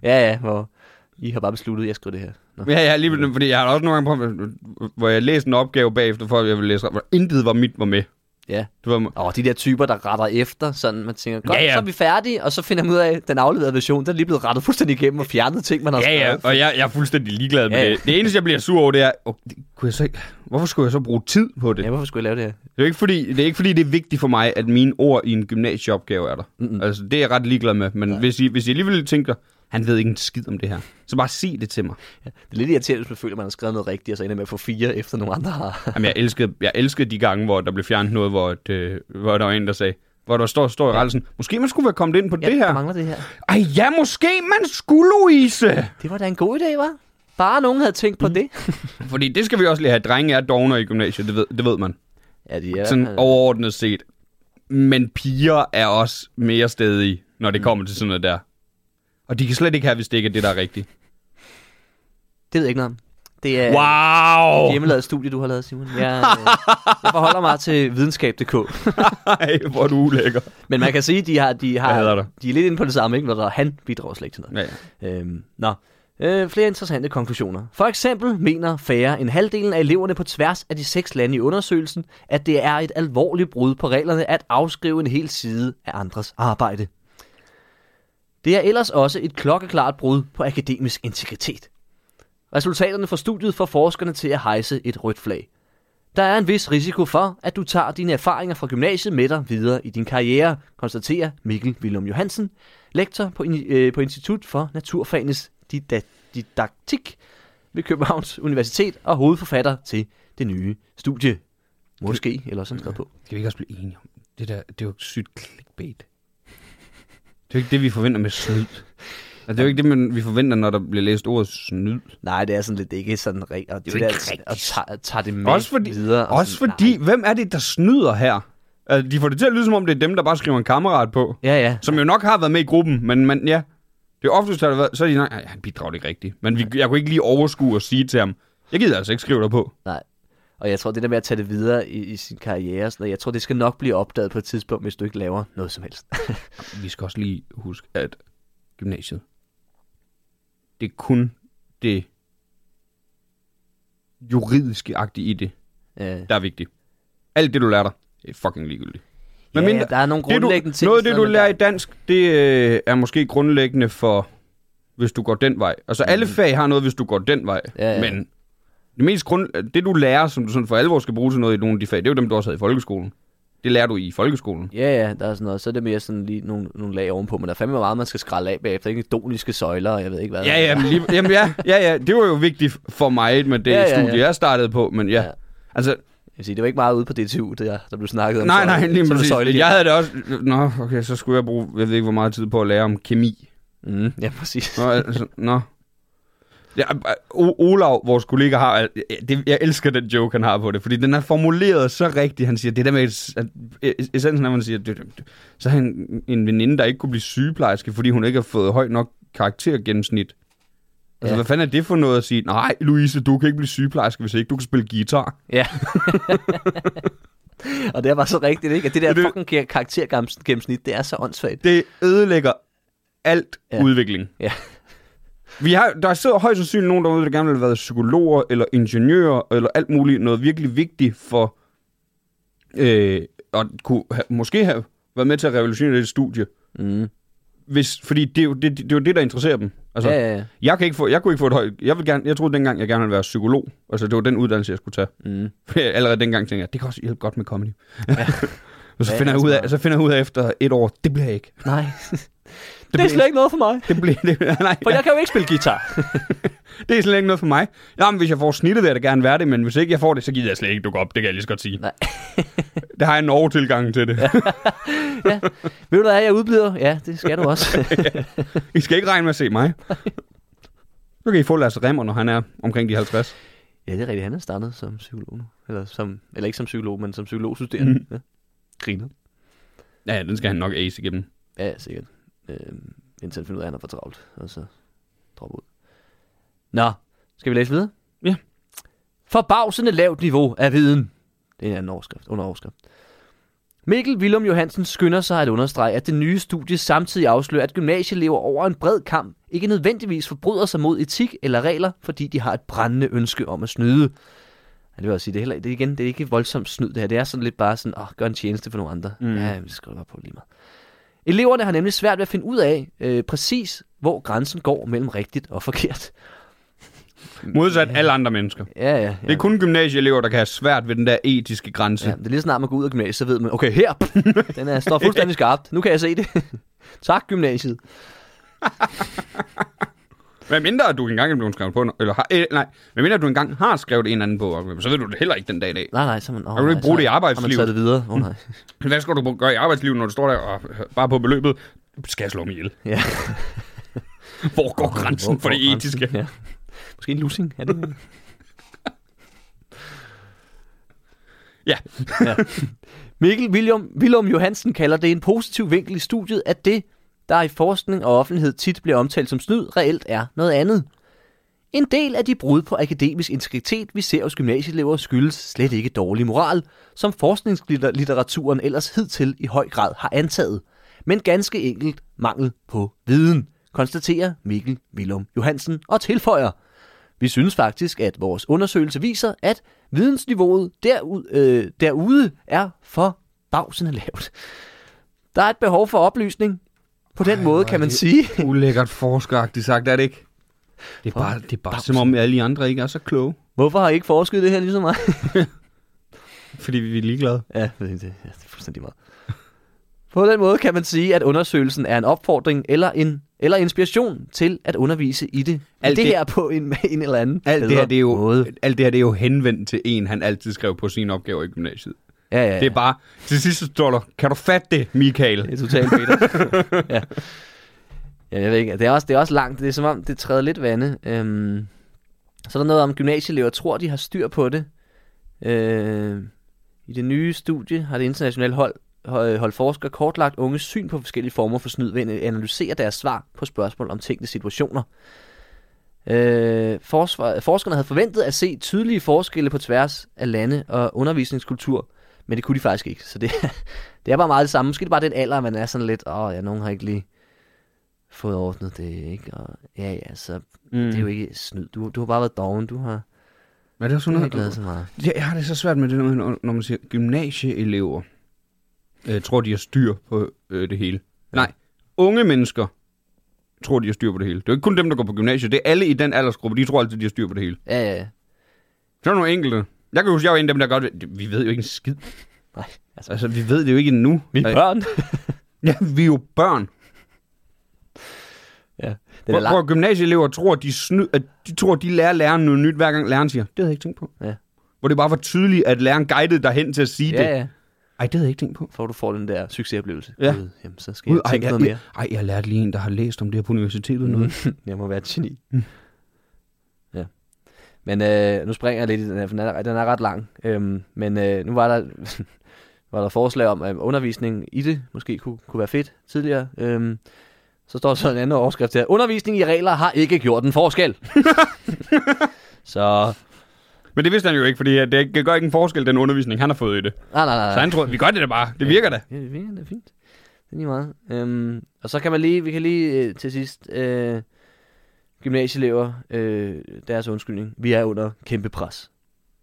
C: Ja, ja, hvor I har bare besluttet, at jeg skriver det her. Nå.
D: Ja, ja, lige, fordi jeg har også nogle gange prøvet, hvor jeg læste en opgave bagefter, for at jeg ville læse, hvor intet var mit var med.
C: Ja.
D: Det var,
C: Og de der typer, der retter efter, sådan man tænker, godt, ja,
D: Ja, ja.
C: ja. så er vi færdige, og så finder man ud af, at den afleverede version, den er lige blevet rettet fuldstændig igennem og fjernet ting, man har
D: ja, ja,
C: skrevet.
D: og jeg, jeg er fuldstændig ligeglad med
C: Ja, ja.
D: det. Det eneste, jeg bliver sur over, det er, oh, det, kunne jeg så ikke, hvorfor skulle jeg så bruge tid på det?
C: Ja, hvorfor skulle jeg lave det her?
D: Det er, jo ikke fordi, det er ikke fordi, det er vigtigt for mig, at mine ord i en gymnasieopgave er der. Mm-hmm. Altså, det er jeg ret ligeglad med. Men hvis I, hvis I alligevel tænker, han ved ikke en skid om det her, så bare sig det til mig.
C: Det er lidt irriterende, hvis man føler, at man har skrevet noget rigtigt, og så ender med at få fire, efter nogle andre har.
D: Jamen, jeg elskede, jeg elskede de gange, hvor der blev fjernet noget, hvor, et, øh, hvor der var en, der sagde, hvor der står, står i rettelsen, måske man skulle være kommet ind på
C: Ja,
D: det
C: der
D: her.
C: mangler det her.
D: Ej ja, måske man skulle, Louise!
C: Det var da en god idé, var? Bare nogen havde tænkt på mm. det.
D: Fordi det skal vi også lige have. Drenge er dogner i gymnasiet, det ved, det ved man.
C: Ja, de er,
D: Sådan overordnet set. Men piger er også mere stedige, når
C: Mm.
D: det kommer til sådan noget der. Og de kan slet ikke have, hvis det ikke er det, der er rigtigt.
C: Det ved jeg ikke noget om. Det er et
D: Wow! [laughs]
C: hjemmelavet studie, du har lavet, Simon. Jeg, øh, jeg forholder mig til videnskab.dk.
D: Ej, hvor er du ulækker.
C: Men man kan sige, de har, de
D: Jeg hader
C: har,
D: dig.
C: de er lidt inde på det samme, ikke? Når der er han bidrager slet ikke til noget.
D: Ja, ja.
C: Øhm, nå. Øh, flere interessante konklusioner. For eksempel mener færre end halvdelen af eleverne på tværs af de seks lande i undersøgelsen, at det er et alvorligt brud på reglerne at afskrive en hel side af andres arbejde. Det er ellers også et klokkeklart brud på akademisk integritet. Resultaterne fra studiet får forskerne til at hejse et rødt flag. Der er en vis risiko for, at du tager dine erfaringer fra gymnasiet med dig videre i din karriere, konstaterer Mikkel Willum Johansen, lektor på, in- øh, på Institut for Naturfagenes Dida- Didaktik ved Københavns Universitet og hovedforfatter til det nye studie. Måske, eller sådan skrevet på.
D: Skal vi ikke også blive enige om det der? Det er jo et sygt clickbait. Det er jo ikke det, vi forventer med snyd. Altså, det er jo ikke det, man, vi forventer, når der bliver læst ordet snyd.
C: Nej, det er sådan lidt det er ikke sådan rigtigt. Og det,
D: Det er
C: er
D: ikke
C: der-
D: rigtigt.
C: Og tager, tager det med
D: Også fordi,
C: videre. og
D: også
C: sådan,
D: fordi
C: nej.
D: hvem er det, der snyder her? Altså, de får det til at lyde, som om det er dem, der bare skriver en kammerat på.
C: Ja, ja.
D: Som jo nok har været med i gruppen, men man, ja. Det er oftest, har det været, så er de nok, "Ej, han bidrager ikke rigtigt. Men vi, jeg kunne ikke lige overskue og sige til ham, jeg gider altså ikke skrive dig på.
C: Nej. Og jeg tror, det der med at tage det videre i, i sin karriere, og sådan noget, jeg tror, det skal nok blive opdaget på et tidspunkt, hvis du ikke laver noget som helst. [laughs]
D: Vi skal også lige huske, at gymnasiet, det er kun det juridiske agtige i det,
C: Øh,
D: der er vigtigt. Alt det, du lærer dig, det er fucking ligegyldigt. Men
C: ja, der er nogle grundlæggende
D: det, du,
C: ting.
D: Noget af det,
C: sådan
D: du
C: men
D: lærer
C: der-
D: i dansk, det øh, er måske grundlæggende for, hvis du går den vej. Altså alle fag har noget, hvis du går den vej.
C: Mm. Ja, ja.
D: Men det mest grund, det du lærer, som du sådan for alvor skal bruge til noget i nogle af de fag, det er jo dem, du også havde i folkeskolen. Det lærer du i folkeskolen.
C: Ja, ja, der er sådan noget. Så er det mere sådan lige nogle, nogle lag ovenpå, men der er fandme meget, man skal skralde af bagefter. Ikke doniske søjler, og jeg ved ikke hvad.
D: Ja, ja, men lige, jamen, ja, ja, ja, det var jo vigtigt for mig med det
C: Ja,
D: ja,
C: ja, ja.
D: studie, jeg startede på, men ja.
C: Ja.
D: ja. Altså,
C: Jeg vil sige, det var ikke meget ude på DTU, der, der blev snakket om
D: nej,
C: søjler.
D: nej,
C: Så er
D: lige
C: det
D: præcis.
C: søjlejern.
D: Jeg havde det også... Nå, okay, så skulle jeg bruge, jeg ved ikke, hvor meget tid på at lære om kemi.
C: Mm, ja, præcis.
D: Nå, altså, nå. Ja, øh, O- Olav, vores kollega, har... al- ja, Det, jeg elsker den joke, han har på det, fordi den er formuleret så rigtigt. Han siger, det der med... es- at- es- Essensen er, at man siger, det, det- så er han en veninde, der ikke kunne blive sygeplejerske, fordi hun ikke har fået højt nok karaktergennemsnit. Altså,
C: Ja.
D: ja. hvad fanden er det for noget at sige? Nej, Louise, du kan ikke blive sygeplejerske, hvis ikke du kan spille guitar.
C: Ja. [laughs] og det er bare så rigtigt, ikke? At det der
D: Det-
C: fucking kar- karaktergennemsnit, det er så åndssvagt.
D: Det ødelægger alt
C: Ja.
D: ja. udvikling.
C: Ja.
D: Vi har, der sidder højst sandsynligt nogen derude, der gerne vil have været psykologer, eller ingeniører, eller alt muligt, noget virkelig vigtigt for øh, at kunne have, måske have været med til at revolutionere det studie.
C: Mm.
D: Hvis, fordi det er, jo, det, det, det er jo det, der interesserer dem. Altså,
C: Ja, ja, ja.
D: Jeg, kan ikke få, jeg kunne ikke få et højt... Jeg, vil gerne, jeg troede dengang, jeg gerne ville være psykolog. Altså, det var den uddannelse, jeg skulle tage. [laughs]
C: Mm.
D: Allerede dengang tænkte jeg, det kan også hjælpe godt med comedy. og [laughs] så
C: Ja,
D: finder, jeg
C: altså
D: ud
C: meget.
D: af, så finder jeg ud af efter et år, det bliver jeg ikke.
C: Nej. [laughs] det, er
D: bliver-
C: slet ikke noget for mig.
D: Det bliver, det, [laughs] nej,
C: For jeg kan jo ikke spille guitar.
D: [laughs] det er slet ikke noget for mig. Nå, men hvis jeg får snittet, vil jeg da gerne være det, men hvis ikke jeg får det, så gider jeg slet ikke dukke op. Det kan jeg lige så godt sige.
C: Nej.
D: [laughs] det har jeg en overtilgang til det. Ja.
C: Ved du hvad, jeg udbliver? Ja, det skal du
D: [laughs]
C: også.
D: [laughs] I skal ikke regne med at se
C: [laughs]
D: mig. Nu kan I få Lasse Remmer, når han er omkring de 50.
C: ja, det er rigtigt. Han er startet som psykolog nu. Eller, som, eller ikke som psykolog, men som psykologstuderende. Mm. Ja. Griner.
D: Ja, den skal han nok ace igennem.
C: Ja, ja, sikkert. Øh, indtil han finder ud af, at han er for travlt. Og så dropper ud. Nå, skal vi læse videre?
D: Ja.
C: Forbavsende lavt niveau af viden. Det er en anden overskrift, under overskrift. Mikkel Willum Johansen skynder sig at understrege, at det nye studie samtidig afslører, at gymnasieelever over en bred kamp ikke nødvendigvis forbryder sig mod etik eller regler, fordi de har et brændende ønske om at snyde. Ja, det vil jeg sige, det er, heller, det er igen, det er ikke voldsomt snyd det her. Det er sådan lidt bare sådan, åh, gør en tjeneste for nogle andre. Mm. Ja, jamen, det skal du bare på lige meget. Eleverne har nemlig svært ved at finde ud af øh, præcis, hvor grænsen går mellem rigtigt og forkert.
D: Modsat alle andre mennesker.
C: Ja, ja. ja.
D: Det er kun gymnasieelever, der kan have svært ved den der etiske grænse.
C: Ja, det er lige så snart man går ud af gymnasiet, så ved man, okay, [laughs] her, pff, den er, står fuldstændig skarpt. Nu kan jeg se det. [laughs] tak, gymnasiet.
D: Hvad mindre du engang er blevet skrevet på, en- eller har, øh, nej, hvad mindre du engang har skrevet en eller anden bog, så ved du det heller ikke den dag i dag.
C: Nej, nej, så er man... Oh,
D: Kan du ikke bruge det i
C: man taget
D: arbejdslivet?
C: det videre. Oh, nej.
D: Hvad skal du gøre i arbejdslivet, når du står der og bare på beløbet? Skal jeg slå mig [laughs] ihjel?
C: [laughs] Ja.
D: Hvor går grænsen for
C: Hvor- hvor
D: det
C: er
D: etiske?
C: grænsen? Ja. Måske en lussing, er det?
D: Ja.
C: ja. Mikkel William, Willum Johansen kalder det en positiv vinkel i studiet, at det, der i forskning og offentlighed tit bliver omtalt som snyd, reelt er noget andet. En del af de brud på akademisk integritet, vi ser hos gymnasieelever, skyldes slet ikke dårlig moral, som forskningslitteraturen ellers hidtil i høj grad har antaget, men ganske enkelt mangel på viden, konstaterer Mikkel Willum Johansen og tilføjer. Vi synes faktisk, at vores undersøgelse viser, at vidensniveauet derud, øh, derude er for bagsende lavt. Der er et behov for oplysning. På den Ej, måde kan man det... sige, [laughs]
D: Ulækkert forskeragtigt sagt, er det ikke? Det er bare, det er bare som om alle de andre ikke er så kloge,
C: hvorfor har I ikke forsket i det her ligesom mig?
D: fordi vi er ligeglade.
C: Ja, det, det, ja, det er fuldstændig meget. På den måde kan man sige, at undersøgelsen er en opfordring eller en eller inspiration til at undervise i det. Alt det,
D: Alt
C: det
D: det-
C: her på en, [laughs] en eller anden
D: Alt det, her, det er jo,
C: Måde.
D: alt det her, det er jo henvendt til en, han altid skrev på sine opgaver i gymnasiet.
C: Ja, ja, ja.
D: Det er bare, til sidst så står der, kan du fatte det,
C: Det
D: Michael?
C: er totalt Peter. ja. ja. jeg ved ikke. Det er, også, det er også langt. Det er som om, det træder lidt vande. Øhm, så er der noget om, gymnasieelever tror, de har styr på det. Øh, I det nye studie har det internationale hold, hold hold forskere kortlagt unges syn på forskellige former for snyd ved at analysere deres svar på spørgsmål om tænkte situationer. Øh, forsvar, forskerne havde forventet at se tydelige forskelle på tværs af lande og undervisningskultur, men det kunne de faktisk ikke. Så det, [laughs] det er bare meget det samme. Måske det er bare den alder, man er sådan lidt, åh oh, ja, nogen har ikke lige fået ordnet det, ikke? Og, ja, ja, så mm. det er jo ikke snyd. Du, du har bare været doven, du har,
D: Men det er
C: du
D: sådan
C: har
D: noget,
C: ikke lavet så meget.
D: Ja, jeg har det så svært med det, når, når man siger gymnasieelever. Jeg tror, de har styr på øh, det hele. Ja. Nej, unge mennesker tror, de har styr på det hele. Det er jo ikke kun dem, der går på gymnasiet. Det er alle i den aldersgruppe, de tror altid, de har styr på det hele.
C: Ja, ja, ja.
D: Så er der nogle enkelte. Jeg kan huske, jeg var en af dem, der godt ved- Vi ved jo ikke en skid.
C: Nej, altså,
D: Altså, vi ved det jo ikke endnu.
C: vi er
D: Nej.
C: børn.
D: Ja, vi er jo børn.
C: ja, den er
D: Hvor, hvor
C: lang.
D: gymnasieelever tror, de, sny, at de tror, de lærer læreren noget nyt, hver gang læreren siger, det havde jeg ikke tænkt på.
C: Ja.
D: Hvor det bare var tydeligt, at læreren guidede dig hen til at sige
C: Ja,
D: det.
C: ja.
D: Ej, det havde jeg ikke tænkt på.
C: For du får den der succesoplevelse.
D: Ja.
C: Gud, Jamen, så skal jeg
D: ej,
C: tænke noget mere.
D: ej, jeg lærte lige en, der har læst om det her på universitetet. Mm. Noget.
C: [laughs]
D: Mm.
C: Jeg må være et geni. Ja. Men øh, nu springer jeg lidt i den her, for den er, den er ret lang. Øhm, men øh, nu var der, [laughs] var der forslag om, at undervisning i det måske kunne, kunne være fedt tidligere. Øhm, så står der så en anden overskrift her. Undervisning i regler har ikke gjort en forskel.
D: [laughs]
C: så,
D: Men det vidste han jo ikke, fordi at det gør ikke en forskel, den undervisning, han har fået i det.
C: nej, nej, nej.
D: Så han troede, vi gør det da bare. Det virker da.
C: Ja, det virker da fint. Det er lige meget. Øhm, og så kan man lige, vi kan lige øh, til sidst, øh, gymnasieelever, øh, deres undskyldning, vi er under kæmpe pres.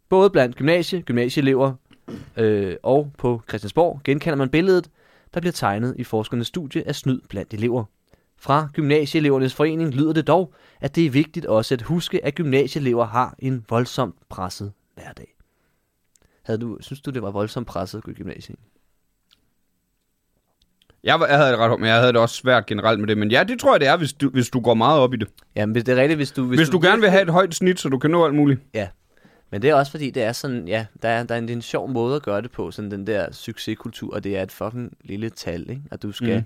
C: Både blandt gymnasie, gymnasieelever øh, og på Christiansborg genkender man billedet, der bliver tegnet i forskernes studie af snyd blandt elever. Fra Gymnasieelevernes Forening lyder det dog, at det er vigtigt også at huske, at gymnasieelever har en voldsomt presset hverdag. Havde du, synes du, det var voldsomt presset at gå i gymnasiet?
D: Jeg, var- jeg havde det ret hårdt, men jeg havde det også svært generelt med det. Men ja, det tror jeg, det er, hvis du, hvis du går meget op i det. Hvis,
C: Jamen, hvis det er rigtigt, hvis du...
D: hvis du, gerne vil have et højt snit, så du kan nå alt muligt.
C: Ja. Men det er også fordi, det er sådan, ja, der er, der er en, det er en sjov måde at gøre det på, sådan den der succeskultur, og det er et fucking lille tal, ikke? Og du skal
D: Mhm.
C: mm.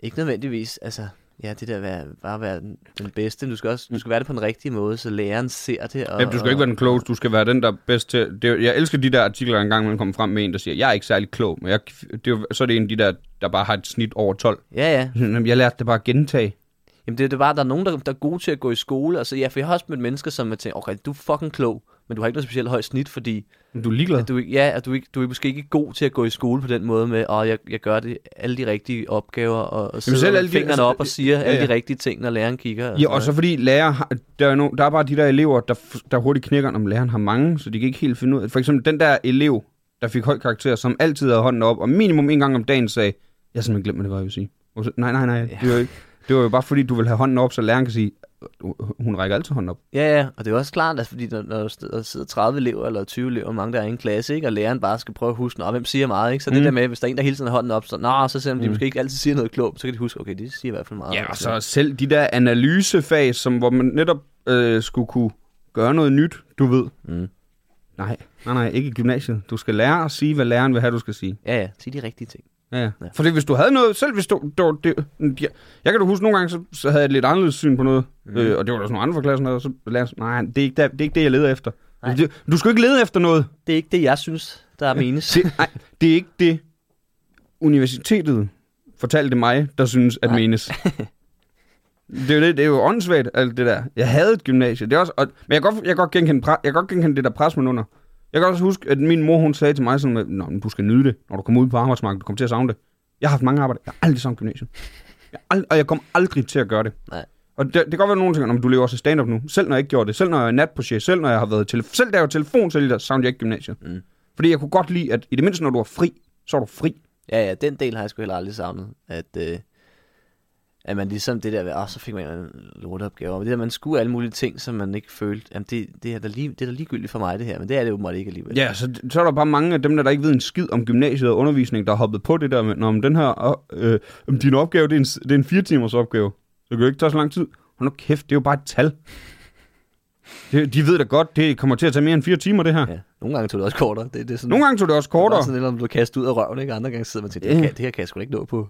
C: ikke nødvendigvis, altså, ja, det der være, bare være den, den bedste, men du skal også, du skal være det på den rigtige måde, så læreren ser det, og...
D: Mm. Jamen, du skal ikke være den klogeste, du skal være den, der er bedst til... Det, er- jeg elsker de der artikler, en gang man kommer frem med en, der siger, jeg er ikke særlig klog, men jeg, det er jo, så er det en af de der, der bare har et snit over 12.
C: Ja, ja.
D: Jamen, Jeg lærte det bare at gentage.
C: Jamen, det, er det er bare, der er nogen, der, der er gode til at gå i skole, altså, ja, for jeg har også mødt mennesker, som er tænkt, okay, du er fucking klog, men du har ikke noget specielt højt snit, fordi
D: Men du er ligeglad.
C: at du, ikke- ja, at du, ikke, du er måske ikke god til at gå i skole på den måde med, og jeg, jeg gør det alle de rigtige opgaver, og, og sidder
D: selv
C: med
D: alle de-
C: fingrene
D: altså,
C: op og siger ja,
D: ja,
C: alle
D: ja.
C: de rigtige ting, når læreren kigger.
D: Ja,
C: sådan
D: og så
C: noget.
D: fordi lærer, har- der er, no, der er bare de der elever, der, f- der hurtigt knækker, om læreren har mange, så de kan ikke helt finde ud af. For eksempel den der elev, der fik høj karakter, som altid havde hånden op, og minimum en gang om dagen sagde, jeg har simpelthen glemt, hvad det var, jeg ville sige. Og så, nej, nej, nej, det var, ikke, det var jo bare fordi, du vil have hånden op, så læreren kan sige, hun rækker altid hånden op.
C: ja, ja, og det er jo også klart, at fordi når, når der sidder- sidder 30 elever eller 20 elever, mange der er i en klasse, ikke, og læreren bare skal prøve at huske, "Nå, hvem siger meget, ikke? så mm.
D: Mm.
C: det der med, hvis der er en, der hele tiden har hånden op, så, Nå, så selvom de måske ikke altid siger noget klogt, så kan de huske, okay, de siger i hvert fald meget.
D: Ja, og så Altså, selv de der analysefag, som, hvor man netop øh, skulle kunne gøre noget nyt, du ved.
C: Mm.
D: Nej, nej, nej, ikke i gymnasiet. Du skal lære at sige, hvad læreren vil have, du skal sige.
C: Ja, ja, sig de rigtige ting.
D: Ja, ja.
C: Ja.
D: Fordi hvis du havde noget, selv hvis du... du det, jeg, jeg kan du huske, nogle gange, så, så havde jeg et lidt anderledes syn på noget. Mm. Øh, og det var der sådan nogle andre fra klassen, og så lærte jeg, nej, det er, ikke, der, det er ikke det, jeg leder efter.
C: Nej.
D: Det, du skal jo ikke lede efter noget.
C: Det er ikke det, jeg synes, der er menes.
D: Det, nej, det er ikke det, universitetet fortalte mig, der synes, at
C: Nej. [laughs]
D: menes. Det er, jo det, det er jo åndssvagt, alt det der. Jeg havde et gymnasie. Det er også, og, men jeg kan godt, jeg kan godt, genkende, pre- jeg kan godt genkende det der pres, man under. Jeg kan også huske, at min mor hun sagde til mig sådan, at Nå, men du skal nyde det, når du kommer ud på arbejdsmarkedet. Du kommer til at savne det. Jeg har haft mange arbejder. Jeg har aldrig savnet gymnasiet. Jeg har ald- og jeg kom aldrig til at gøre det.
C: Nej.
D: Og det, det kan godt være, at nogen tænker, "Nå, men du lever også af stand-up nu. Selv når jeg ikke gjorde det, selv når jeg er natprojekt, selv når jeg har været tele- selv da jeg var telefonsælger, savnede jeg ikke gymnasiet.
C: Mm.
D: Fordi jeg kunne godt lide, at i det mindste, når du er fri, så er du fri.
C: Ja, ja, den del har jeg sgu heller aldrig savnet, at, øh, at man ligesom det der, ved, oh, så fik man en lorteopgave, men det der, man skulle alle mulige ting, som man ikke følte, jamen det, det, er da lige, det er da ligegyldigt for mig det her, men det er det åbenbart ikke alligevel.
D: Ja, så, så er der bare mange af dem, der, der ikke ved en skid om gymnasiet og undervisning, der har hoppet på det der med, "Nå, men den her, øh, øh, din opgave, det er en, s- det er en fire timers opgave. Så kan jo ikke tage så lang tid. Hold nu kæft, det er jo bare et tal. Det, de ved da godt, det kommer til at tage mere end fire timer, det her. Ja.
C: ja. Nogle gange tog det også kortere. Det, det er sådan,
D: Nogle gange tog det også
C: Det er
D: kortere.
C: bare sådan, lidt, om du blev kastet ud af røven, ikke? Andre gange sidder man til, det, her
D: Ja.
C: kan, det her kan jeg sgu da ikke nå på,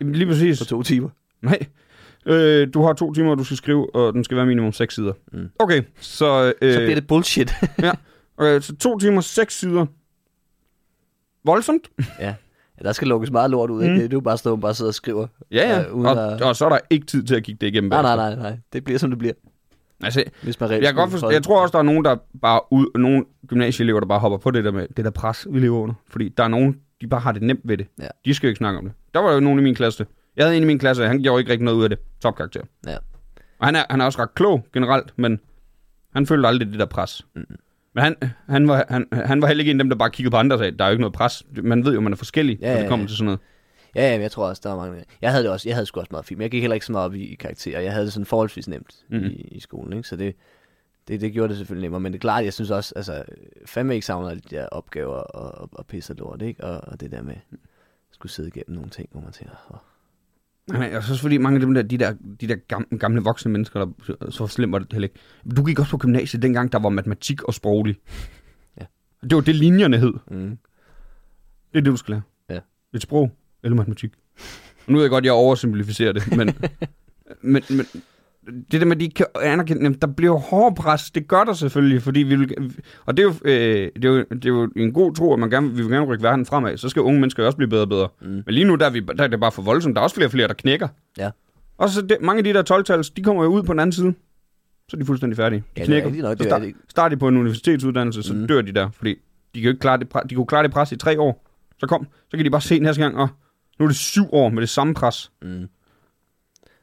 D: Jamen, Lige
C: på
D: præcis.
C: to timer.
D: Nej. Øh, du har to timer, du skal skrive, og den skal være minimum seks sider.
C: Mm.
D: Okay, så... Øh,
C: Så bliver det bullshit. [laughs]
D: Okay, så to timer, seks sider. Voldsomt.
C: ja. ja. der skal lukkes meget lort ud, ikke?
D: Mm.
C: Det er jo bare sådan, man bare sidder og skriver.
D: Ja, ja.
C: Øh, uden
D: og,
C: at-
D: og så er der ikke tid til at kigge det igennem.
C: Nej, nej,
D: bagefter.
C: nej, nej. Det bliver, som det bliver,
D: Altså,
C: hvis man reelt
D: jeg, kan
C: skulle
D: godt forstå,
C: holde-
D: jeg tror også, der er nogen, der bare ud, nogle gymnasieelever, der bare hopper på det der med det der pres, vi lever under. Fordi der er nogen, de bare har det nemt ved det.
C: Ja.
D: De skal jo ikke snakke om det. Der var jo nogen i min klasse. Jeg havde en i min klasse, han gjorde ikke rigtig noget ud af det. Topkarakter.
C: Ja.
D: Og han er, han er også ret klog generelt, men han følte aldrig det der pres. Mm. Men han, han, var, han, han var heller ikke en af dem, der bare kiggede på andre og sagde, der er jo ikke noget pres. Man ved jo, man er forskellig,
C: Ja,
D: ja, når
C: ja,
D: det kommer
C: ja.
D: til sådan noget.
C: Ja, ja, men jeg tror også, der var mange. Jeg havde det også. Jeg havde
D: Mhm.
C: sgu også meget fint. men Jeg gik heller ikke så meget op i, i karakterer. Jeg havde det sådan forholdsvis nemt mm-hmm. i, i skolen, ikke? Så det, det, det gjorde det selvfølgelig nemmere, men det er klart, jeg synes også, altså, fandme ikke savner alle de der opgaver og, og, og pisse og lort, ikke? Og, og det der med at skulle sidde igennem nogle ting, hvor man tænker, oh,
D: Nej, nej, og så også fordi mange af dem der, de der, de der gamle, gamle voksne mennesker, der, så slemt var det heller ikke. Du gik også på gymnasiet dengang, der var matematik og sproglig.
C: Ja.
D: Det var det, linjerne hed.
C: mm,
D: Det er det, du skal lære.
C: Ja.
D: Et sprog eller matematik. Og nu ved jeg godt, jeg oversimplificerer det, men, men, men det der med, at de ikke kan anerkende, jamen, der bliver hårdt pres, det gør der selvfølgelig, fordi vi vil, og det er, jo, øh, det, er jo, det er jo en god tro, at man gerne, vi vil gerne rykke verden fremad, så skal unge mennesker jo også blive bedre og bedre. Mm. Men lige nu, der er, vi, der er det bare for voldsomt, der er også flere og flere, der knækker.
C: ja.
D: Og så det, mange af de der 12 de kommer jo ud på den anden side. Så er de fuldstændig færdige. De
C: Ja, det er
D: knækker.
C: rigtigt nok,
D: så
C: det er
D: start,
C: rigtigt.
D: starter de på en universitetsuddannelse, så mm. dør de der, fordi de kan jo ikke klare det, pre- de kunne klare det pres i tre år. Så kom, så kan de bare se næste gang, og nu er det syv år med det samme pres.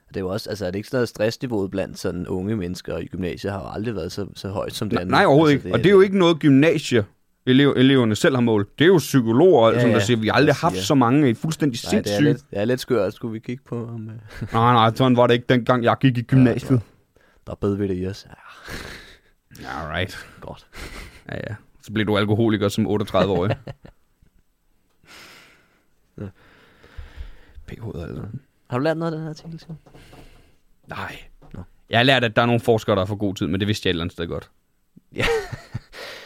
C: Det er jo også, altså er det ikke sådan noget stressniveauet blandt sådan unge mennesker i gymnasiet har jo aldrig været så, så højt som det er nu.
D: Nej, overhovedet
C: altså,
D: ikke. Og det er jo ikke noget gymnasie elev, eleverne selv har målt. Det er jo psykologer, ja,
C: Ja,
D: som der
C: ja.
D: siger, vi har aldrig
C: Der
D: haft
C: siger-
D: så mange. I er fuldstændig
C: Nej, det er
D: sindssyge.
C: lidt, det er lidt skørt, skulle vi kigge på, om øh,
D: Nej, nej, sådan var det ikke dengang, jeg gik i gymnasiet.
C: der er bedre ved det i os. Ja,
D: Ja, right.
C: godt.
D: Ja, ja. Så blev du alkoholiker
C: [laughs]
D: som 38-årig. PH'et altså.
C: Har du lært noget af den her artikel, Simon?
D: Nej.
C: Nå.
D: Jeg har lært, at der er nogle forskere, der er for god tid, men det vidste jeg et eller andet sted godt.
C: Ja.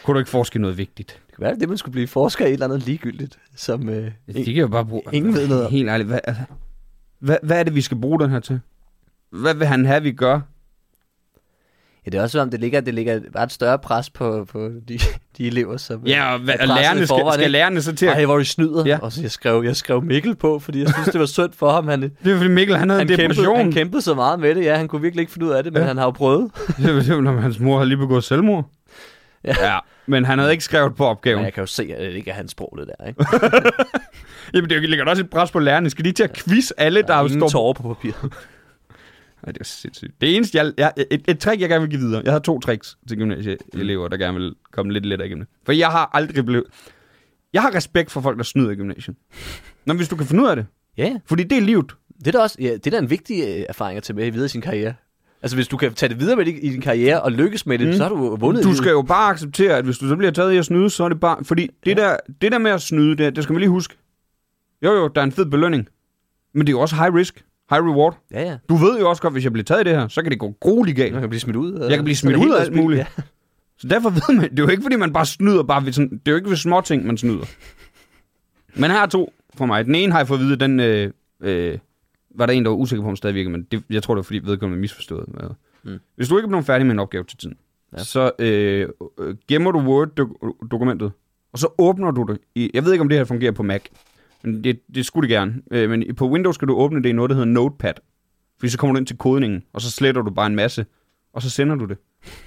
D: Kunne du ikke forske i noget vigtigt?
C: Det kan være det, er det, man skulle blive forsker i et eller andet ligegyldigt, som... Øh,
D: Det kan jo bare bruge...
C: ingen ved noget om.
D: Helt ærligt, hvad, altså, hvad, hvad er det, vi skal bruge den her til? Hvad vil han have, vi gør?
C: Ja, det er også som om, det ligger, det ligger bare et større pres på, på de, [laughs] de elever, som... øh,
D: Ja, og, hvad,
C: er
D: og
C: presset i
D: lærerne, skal,
C: forvejen,
D: skal
C: ikke?
D: lærerne så til at...
C: Ej, hvor er I snyder.
D: Ja.
C: Ja. Og så jeg skrev, jeg skrev Mikkel på, fordi jeg synes, det var synd for ham. Han,
D: Det er fordi Mikkel, han havde
C: han,
D: en depression.
C: kæmpede, han kæmpede så meget med det. Ja, han kunne virkelig ikke finde ud af det, men
D: Ja.
C: ja. han har jo prøvet.
D: [laughs] Det var simpelthen, om hans mor havde lige begået selvmord. Ja.
C: Ja.
D: ja. Men han havde ikke skrevet på opgaven.
C: Men jeg kan jo se, at det ikke er hans sprog, det der, ikke?
D: Jamen, det ligger da også et pres på lærerne. Skal de til at quiz alle, [laughs] der,
C: Der er
D: der
C: ingen
D: står
C: tårer på papiret. [laughs]
D: Ej, det er sindssygt. Det eneste, jeg, jeg, et, et trick, jeg gerne vil give videre. Jeg har to tricks til gymnasieelever, der gerne vil komme lidt lettere igennem det. For jeg har aldrig blevet... Jeg har respekt for folk, der snyder i gymnasiet. Nå, men hvis du kan finde ud af det.
C: Ja, ja.
D: Fordi det er livet.
C: det er da også ja, det er da en vigtig øh, erfaring at tage med videre i sin karriere. Altså, hvis du kan tage det videre med det i din karriere og lykkes med det, mm. så har du jo vundet. i
D: Du
C: livet.
D: skal jo bare acceptere, at hvis du så bliver taget i at snyde, så er det bare... Fordi det, der, det der med at snyde, det, det skal man lige huske. Jo, jo, der er en fed belønning. Men det er jo også high risk, high reward.
C: Ja, ja.
D: Du ved jo også godt, hvis jeg bliver taget i det her, så kan det gå grueligt galt.
C: Man kan blive smidt ud. og-
D: Jeg kan blive
C: så er
D: smidt
C: det
D: ud
C: hele
D: af
C: også
D: alt muligt.
C: Ja.
D: Så derfor ved man, det er jo ikke, fordi man bare snyder, bare ved sådan, det er jo ikke ved små ting, man snyder. Man har to fra mig. Den ene har jeg fået at vide, den øh, øh, var der en, der var usikker på, om den stadig virker, men det, jeg tror, det var, fordi vedkommende misforstået. Mm. Hvis du ikke er blevet færdig med en opgave til tiden, ja. så øh, øh, gemmer du Word-dokumentet, og så åbner du det. I, jeg ved ikke, om det her fungerer på Mac, men det, det skulle det gerne. Øh, men på Windows skal du åbne det i noget, der hedder Notepad. Fordi så kommer du ind til kodningen, og så sletter du bare en masse, og så sender du det.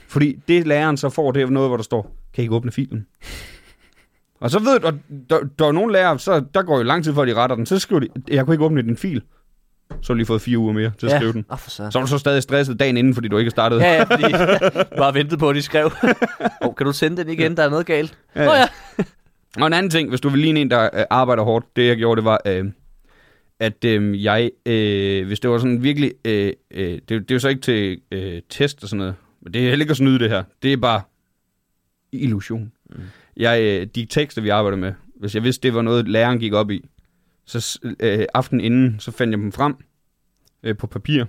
D: Fordi det læreren så får, det er noget, hvor der står, kan I ikke åbne filen? Og så ved du, og der, der er nogle lærere, så der går jo lang tid, før de retter den. Så skriver de, jeg kunne ikke åbne din fil. Så har du lige fået fire uger mere til at ja. skrive den.
C: Åh, for søren.
D: Så er du så stadig stresset dagen inden, fordi du ikke har startet.
C: Ja, ja, fordi [laughs] jeg bare ventede på, at de skrev. oh, kan du sende den igen? Der er noget galt.
D: Ja, ja. Og en anden ting, hvis du vil ligne en, der øh, arbejder hårdt, det jeg gjorde, det var, øh, at øh, jeg, øh, hvis det var sådan virkelig, øh, øh, det, det er jo så ikke til øh, test og sådan noget, men det er heller ikke at snyde det her, det er bare illusion. Mm. Jeg, øh, de tekster, vi arbejder med, hvis jeg vidste, det var noget, læreren gik op i, så s- øh, aften inden, så fandt jeg dem frem øh, på papir,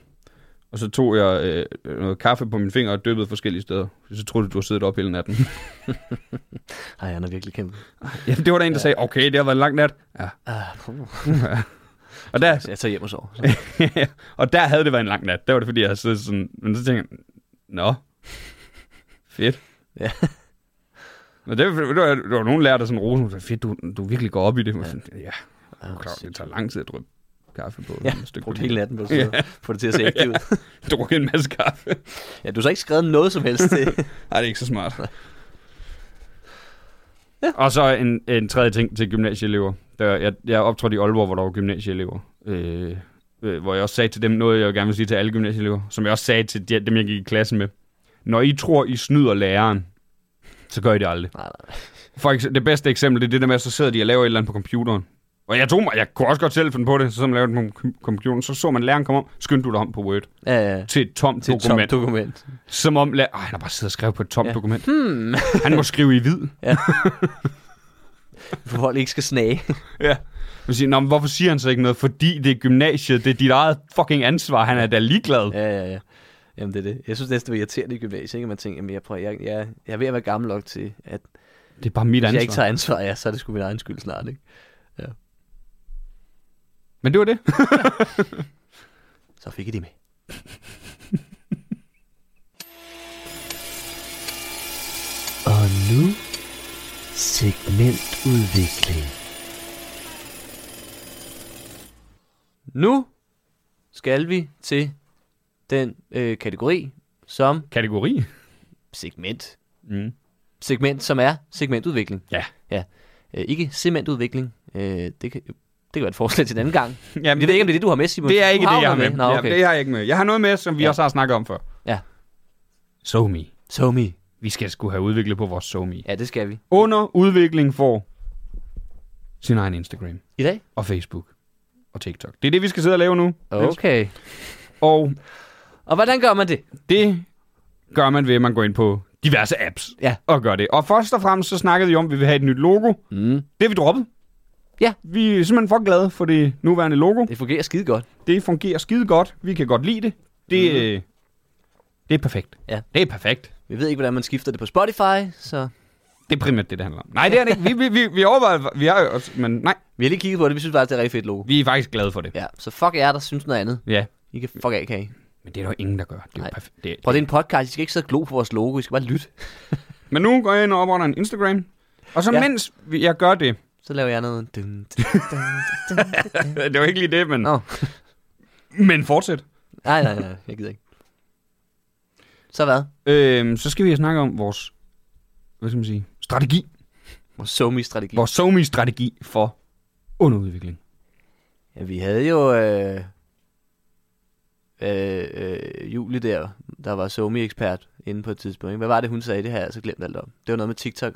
D: og så tog jeg øh, noget kaffe på mine fingre og døbede forskellige steder. Så troede du, du havde siddet op hele natten.
C: Ej, han er virkelig kæmpe.
D: Jamen, det var der en, der sagde, okay, det har været en lang nat. Ja.
C: Ah, puh.
D: Og der,
C: Altså,
D: [laughs]
C: jeg tager hjem og sover.
D: og der havde det været en lang nat. Der var det, fordi jeg havde siddet sådan... Men så tænkte jeg, nå, fedt.
C: Ja.
D: Men det, var- det, var, det var nogle lærere, der sådan rosen, så fedt, du, du virkelig går op i det. Ja, sådan, ja
C: Ah,
D: klart, det tager lang tid at drøbe kaffe på.
C: Ja,
D: et stykke
C: brugt
D: papir.
C: hele natten på at få det til at se ægte ud.
D: [laughs] Druk en masse kaffe.
C: Ja, du har så ikke skrevet noget som helst til.
D: Nej, det er ikke så smart. Ja. Og så en, en tredje ting til gymnasieelever. Der, jeg, jeg optrådte i Aalborg, hvor der var gymnasieelever. Øh, øh, hvor jeg også sagde til dem noget, jeg gerne vil sige til alle gymnasieelever. Som jeg også sagde til de, dem, jeg gik i klassen med. Når I tror, I snyder læreren, så gør I det aldrig.
C: [laughs] Nej, nej.
D: For eksempel, det bedste eksempel, det er det der med, at så sidder de og laver et eller andet på computeren. Og jeg tog mig, jeg kunne også godt selv finde på det, så som lavede den på computeren, så så man læreren komme om, skyndte du dig om på Word
C: Ja, ja.
D: til et tomt
C: Til et
D: dokument.
C: tomt dokument.
D: Som om, la- Ej, han har bare siddet og skrevet på et tomt
C: Ja.
D: ja. dokument. Hmm.
C: [laughs]
D: han må skrive i hvid.
C: For folk ikke skal snage.
D: Ja. Man siger, Nå, men hvorfor siger han så ikke noget? Fordi det er gymnasiet, det er dit eget fucking ansvar, han er da ligeglad. Ja.
E: Ja, ja, ja. Jamen, det er det. Jeg synes næsten, det var irriterende i gymnasiet, ikke? At man tænker, jamen, jeg, prøver, jeg, jeg, jeg er ved at være gammel nok til, at
D: Det er bare mit
E: hvis
D: ansvar.
E: jeg ikke tager ansvar, ja, så er det sgu min egen skyld snart, ikke?
D: Men
C: [laughs]
D: det var det.
E: Så fik jeg det
D: [laughs]
E: med. Og nu segmentudvikling.
C: Nu skal vi til den øh, kategori, som
D: Kategori.
C: segment.
D: Mm.
C: Segment, som er segmentudvikling.
D: Ja.
C: ja. Øh, ikke cementudvikling. Øh, det, kan, det kan være et forslag til en anden gang.
D: Jamen,
C: Jeg ved ikke, om det er det, du har med, Simon.
D: det er ikke
C: du
D: det, jeg har
C: noget
D: med.
C: Nå, okay.
D: Jamen, det har jeg ikke med. Jeg har noget med, som vi
C: Ja.
D: også har snakket om før.
C: Ja.
D: SoMe.
C: So me.
D: Vi skal skulle have udviklet på vores SoMe.
C: Ja, det skal vi.
D: Under udvikling får sin egen Instagram
C: I dag?
D: og Facebook og TikTok. Det er det, vi skal sidde og lave nu.
C: Okay.
D: Og
C: Og hvordan gør man det?
D: det gør man ved, at man går ind på diverse apps
C: Ja.
D: og gør det. Og først og fremmest så snakkede vi om, at vi vil have et nyt logo. Det
C: Mm.
D: har vi droppet.
C: Ja.
D: Vi er simpelthen for glade for det nuværende logo.
C: Det fungerer skide godt.
D: Det fungerer skide godt. Vi kan godt lide det. Det, mm. det er perfekt.
C: Mhm. Ja.
D: Det er perfekt.
C: Vi ved ikke, hvordan man skifter det på Spotify, så
D: Det er primært det, det handler om. Nej, det er det ikke. Vi, vi, vi, vi overvejer, vi har jo også, men nej,
C: vi har lige kigget på det. Vi synes faktisk, det er et rigtig fedt logo.
D: vi er faktisk glade for det.
C: Ja, så fuck jer, der synes noget andet.
D: Ja.
C: I kan fuck af, kan I?
D: Men det er der jo ingen, der gør. Det er
C: Nej.
D: jo perfekt. Det,
C: Prøv, det er en podcast. I skal ikke sidde og glo på vores logo. I skal bare lytte.
D: Men nu går jeg ind og opretter en Instagram. Og så
C: Ja.
D: ja. mens vi- jeg gør det, [laughs]
C: Så laver jeg noget. Dun, dun, dun.
D: det var ikke lige det, men,
C: Nå.
D: men fortsæt.
C: Nej, nej, nej. Jeg gider ikke. Så hvad?
D: Øhm, så skal vi snakke om vores, hvad skal man sige, strategi.
C: Vores somi-strategi.
D: Vores SoMe-strategi for underudvikling.
E: Ja, vi havde jo øh, øh, øh, Julie der, der var somi-ekspert inde på et tidspunkt. Ikke? Hvad var det, hun sagde? Det har jeg altså glemt alt om. Det var noget med TikTok.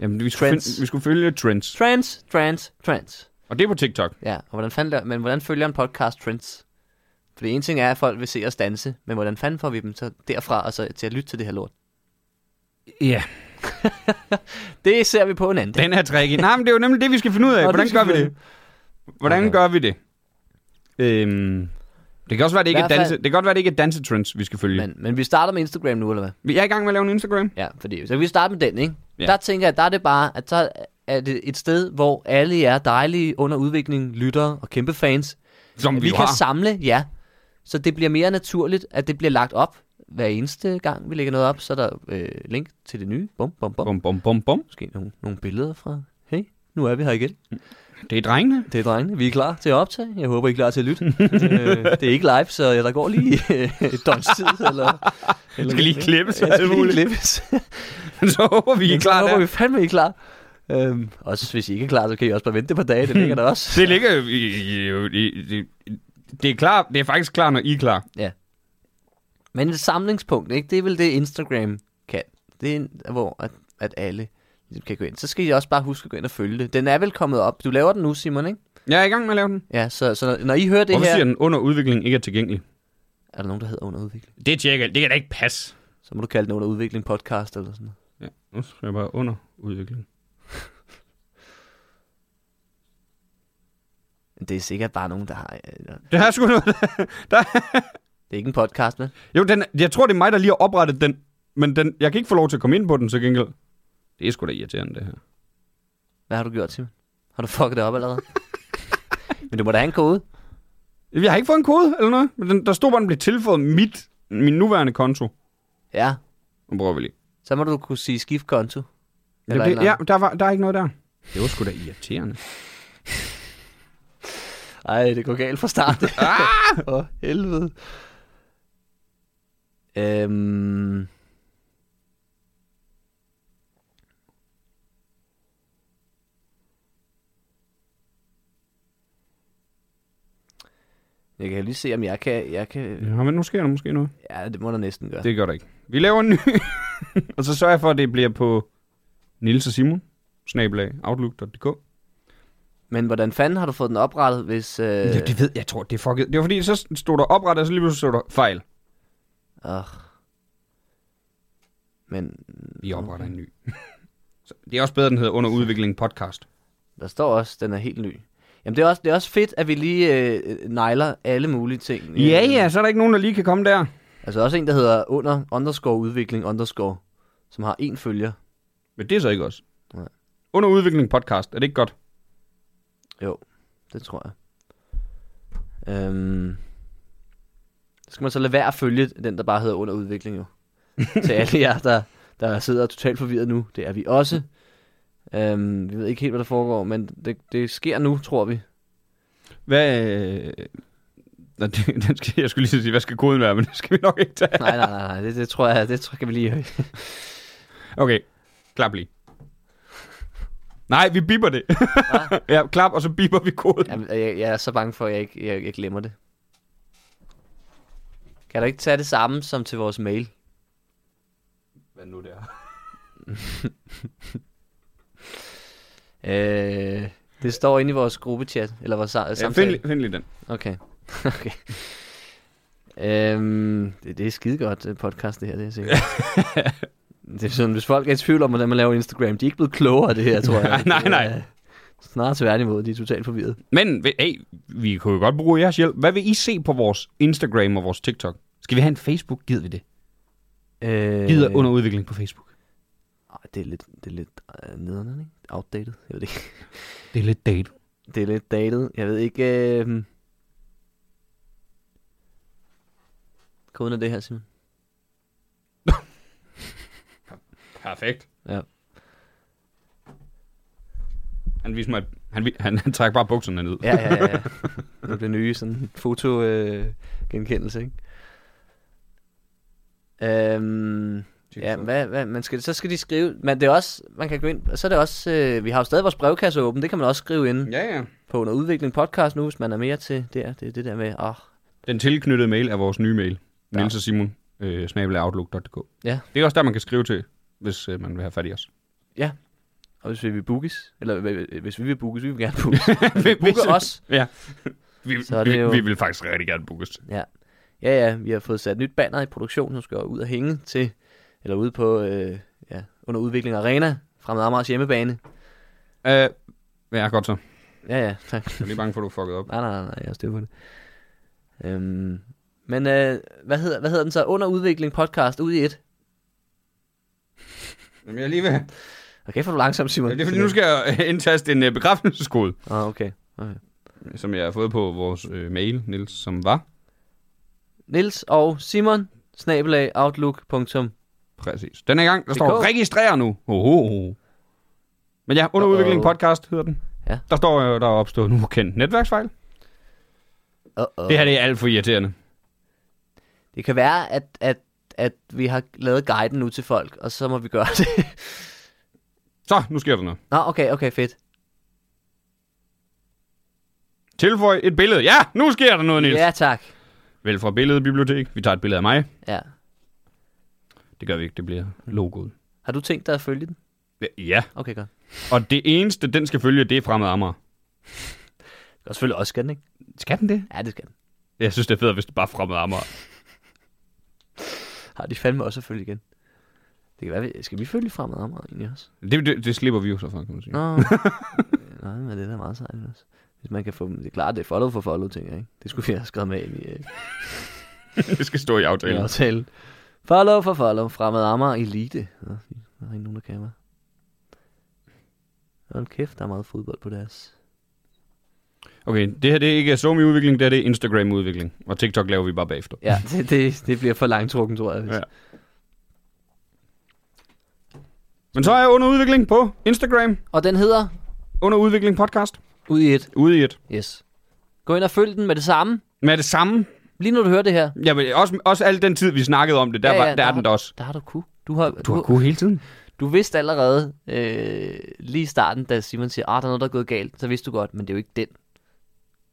D: Jamen, vi skulle,
C: Trends.
D: finde, vi skulle følge trends.
C: Trends, trends, trends.
D: Og det er på TikTok.
C: Ja, og hvordan fanden, laver- men hvordan følger en podcast trends? Fordi en ting er, at folk vil se os danse, men hvordan fanden får vi dem så derfra og så til at lytte til det her lort?
D: Ja.
C: Det ser vi på en anden dag.
D: Den her tricky. Nej, men det er jo nemlig det, vi skal finde ud af.
C: Nå, det
D: Hvordan
C: skal
D: gør vi
C: vi
D: det? Hvordan
C: Okay.
D: gør vi det? Øhm, det kan også være, det ikke er
C: Hvert fald-
D: danse, det kan godt være, det ikke er dansetrends, vi skal følge. Men.
C: Men, men vi starter med Instagram nu, eller hvad?
D: Jeg er i gang med at lave en Instagram.
C: Ja, fordi, så kan vi starte med den, ikke? Ja.
D: Ja.
C: Der tænker jeg, der er det bare, at så er det et sted, hvor alle jer dejlige under udvikling, lyttere og kæmpe fans,
D: Som
C: at
D: vi,
C: vi
D: jo
C: kan
D: har.
C: samle jer. Så det bliver mere naturligt, at det bliver lagt op hver eneste gang, vi lægger noget op. Så er der øh, link til det nye. Bum, bum, bum.
D: Bum, bum, bum, bum.
C: Måske nogle, nogle billeder fra, hey, nu er vi her igen.
D: Det er drengene.
C: Det er drengene. Vi er klar til at optage. Jeg håber, I er klar til at
D: [laughs]
C: lytte. øh, det er ikke live, så der går lige øh, et døgns tid.
D: [laughs]
C: Eller,
D: Det skal lige klippes og
C: Ja, det skal
D: alt
C: lige
D: muligt.
C: klippes.
D: [laughs] Så håber vi, I er
C: Men så
D: klar
C: håber vi
D: der.
C: fandme, I er klar. Øhm, også hvis I ikke er klar, så kan I også bare vente et par dage. Det ligger der også.
D: [laughs] Det ligger jo i... i, i, i det er, klar, det er faktisk klar, når I er klar.
C: Men et samlingspunkt, ikke? det er vel det, Instagram kan. Det er, en- hvor at, at alle ligesom kan gå ind. Så skal I også bare huske at gå ind og følge det. Den er vel kommet op. Du laver den nu, Simon, ikke?
D: Jeg er i gang med at lave den.
C: Ja, så, så når, når I hører det
D: Hvorfor
C: her...
D: siger den under udvikling ikke er tilgængelig?
C: Er der nogen, der hedder under udvikling?
D: Det tjekker Det kan da ikke passe.
C: Så må du kalde den under udvikling podcast eller sådan noget.
D: Nu skal jeg bare under udvikling.
C: Men det er sikkert bare nogen, der har... øh, Eller,
D: Det her sgu noget.
C: det er ikke en podcast, men...
D: Jo, den, jeg tror, det er mig, der lige har oprettet den. Men den, jeg kan ikke få lov til at komme ind på den, så gengæld. Det er sgu da irriterende, det her.
C: Hvad har du gjort, Simon? Har du fucket det op allerede? men du må da have en kode.
D: Jeg har ikke fået en kode eller noget. Men den, der stod bare, den blev tilføjet mit, min nuværende konto.
C: Ja,
D: Nu prøver vi lige.
C: så må du kunne sige skift konto.
D: Jamen,
C: Eller et
D: det,
C: eller
D: ja,
C: andet.
D: der, var, der er ikke noget der. Det var sgu da irriterende.
C: Ej, det går galt fra start.
D: [laughs] Ah!
C: Åh, helvede. Øhm... Jeg kan jo lige se, om jeg kan... Jeg kan...
D: Ja, men nu sker der måske noget.
C: Ja, det må der næsten gøre. Det.
D: Det gør der ikke. Vi laver en ny. [laughs] og så sørger jeg for, at det bliver på Nils og Simon, snabelag, outlook.dk.
C: Men hvordan fanden har du fået den oprettet, hvis... Øh...
D: Øh. Ja, det ved jeg, tror, det er fucket. Det var fordi, så stod der oprettet, og så lige pludselig stod der fejl.
C: Åh. Men
D: Vi opretter en ny. [laughs] så det er også bedre, den hedder Under Udvikling Podcast.
C: der står også, den er helt ny. Jamen, det er også, det er også fedt, at vi lige øh, nejler alle mulige ting.
D: Ja,
C: Øh,
D: ja, så er der ikke nogen, der lige kan komme der.
C: Altså også en, der hedder under underscore udvikling underscore, som har en følger.
D: Men det er så ikke os.
C: Nej.
D: Under Udvikling Podcast, er det ikke godt?
C: Jo, det tror jeg. Øhm, så skal man så lade være at følge den, der bare hedder under
D: [laughs]
C: udvikling jo. Til alle jer, der, der sidder totalt forvirret nu. Det er vi også. Øhm, vi ved ikke helt, hvad der foregår, men det, det sker nu, tror vi.
D: Hvad... Øh... Nå, det, [laughs] den skal, jeg skulle lige til at sige, hvad skal koden være, men [laughs] det skal vi nok ikke tage.
C: Nej, nej, nej, nej det, det, tror jeg, det tror, kan vi lige
D: Okay, klap lige. Nej, vi biber det. [laughs] ja, klap, og så biber vi koden.
C: Jamen, jeg, jeg er så bange for, at jeg, ikke, jeg, jeg glemmer det. Kan du ikke tage det samme som til vores mail?
D: Hvad nu det er?
C: Øh, det står inde i vores gruppechat, eller vores sa-
D: Ja,
C: samtale.
D: find, lige- find lige den.
C: Okay. [laughs] okay. Øhm, det, det er skide godt øh, podcast, det her, det er sikkert.
D: [laughs]
C: det er sådan, hvis folk er i tvivl om, hvordan man laver Instagram, de er ikke blevet klogere af det her, tror jeg.
D: [laughs] Nej, nej, nej.
C: Det er Snarere tværtimod, de er totalt forvirret.
D: Men hey, vi kunne jo godt bruge jeres hjælp. Hvad vil I se på vores Instagram og vores TikTok? Skal vi have en Facebook? Gider vi det?
C: Øh,
D: Gider under udvikling på Facebook.
C: Ej, det er lidt, det er lidt øh, nederne, ikke? Outdated, jeg ved det ikke.
D: [laughs] Det er lidt date.
C: Det er lidt datet, jeg ved ikke... Øh... Koden er det her, Simon.
D: Perfekt.
C: Ja.
D: Han viste mig, et- han, vi- han, [laughs] han trak bare bukserne ned.
C: Ja, ja, ja. ja. Det er det nye sådan fotogenkendelse, øh, genkendelse, ikke? Øhm, ja, hvad, hvad, man skal, så skal de skrive, men det er også, man kan gå ind, og så er det også, øh, vi har jo stadig vores brevkasse åben, det kan man også skrive ind
D: ja, ja.
C: på under udvikling podcast nu, hvis man er mere til der, det er det der med, åh,
D: Den tilknyttede mail er vores nye mail. Ja. Niels og Simon, øh, snabelagoutlook.dk.
C: Ja.
D: Det er også der, man kan skrive til, hvis øh, man vil have fat
C: [laughs]
D: i os.
C: og hvis vi vil bookes, eller hva- hvis vi vil bookes, vi vil
D: [laughs]
C: gerne bookes, Men vi
D: Hvis-
C: booker [laughs] os.
D: Ja. Vi,
C: Så er det
D: vi,
C: jo-
D: vi vil faktisk rigtig gerne bookes.
C: Ja. ja, ja, vi har fået sat nyt banner i produktion, som skal ud og hænge til, eller ude på, øh, ja, under udvikling arena, fremad Amagers hjemmebane.
D: Øh, ja, godt så. Jeg
C: Ja, ja, [laughs] tak.
D: er lige bange for, at du er fucket op.
C: Nej, nej, nej, nej, jeg har styr på det. Øhm, men øh, hvad, hedder, hvad hedder den så? Under udvikling podcast, ud i et.
D: Jamen, jeg er lige
C: [laughs]
D: ved.
C: Okay, får du langsomt, Simon.
D: Ja, det er fordi, nu skal jeg øh, indtaste en øh, bekræftelseskode,
C: Ah, okay. okay.
D: som jeg har fået på vores øh, mail, Nils, som var.
C: Nils og Simon, snabelag, outlook.dk.
D: Præcis. Den er i gang. Der
C: DK.
D: står, registrer nu. Ho, ho, ho. Men ja, under
C: Uh-oh.
D: udvikling podcast hedder den.
C: Ja.
D: Der står jo, der er opstået en ukendt netværksfejl.
C: Uh-oh.
D: Det her det er alt for irriterende.
C: det kan være, at, at, at vi har lavet guiden nu til folk, og så må vi gøre [laughs] det.
D: Så, nu sker der noget.
C: Nå, okay, okay, fedt.
D: Tilføj et billede. Ja, nu sker der noget, Nils.
C: Ja, tak.
D: Vælg fra billedbibliotek. Vi tager et billede af mig.
C: Ja.
D: Det gør vi ikke, det bliver logoet.
C: Har du tænkt dig at følge den?
D: Ja,
C: Okay, godt.
D: og det eneste, den skal følge, det er fremad Amager.
C: Og selvfølgelig også skal den, ikke?
D: Skal den det?
C: Ja, det skal den.
D: Jeg synes, det er fedt, hvis det bare er fremad Amager.
C: Har de fandme også at følge igen. Det kan være, vi- skal vi følge fremad Amager egentlig også?
D: Det, det, det slipper vi jo så for, kan man sige. [laughs]
C: Nå, Øh, nej, men det er da meget sejt også. Hvis man kan få dem, det er klart, det er follow for follow, tænker jeg, ikke? Det skulle vi have skrevet med ind i, øh,
D: det skal stå i
C: i
D: aftalen.
C: aftalen. Follow for follow, fremad Amager Elite. Nå, der er ikke nogen, der kan mig. Hold kæft, der er meget fodbold på deres.
D: Okay, det her det er ikke Zoom-udvikling, det her det er Instagram-udvikling. Og TikTok laver vi bare bagefter.
C: Ja, det, det, det bliver for langtrukken, tror jeg. Hvis.
D: Ja. Men så er jeg under udvikling på Instagram,
C: Og den hedder
D: under udvikling podcast,
C: Ud i et.
D: ude i et.
C: Yes. Gå ind og følg den med det samme.
D: Med det samme,
C: Lige når du hører det her,
D: ja, men også, også al den tid, vi snakkede om det, der,
C: Ja,
D: ja,
C: ja,
D: ja, var, der,
C: der
D: er
C: har-
D: den der også.
C: der har du ku. Du har, du,
D: kunne hele tiden.
C: Du vidste allerede øh, lige i starten, da Simon siger, at der er noget, der er gået galt, så vidste du godt, men det er jo ikke den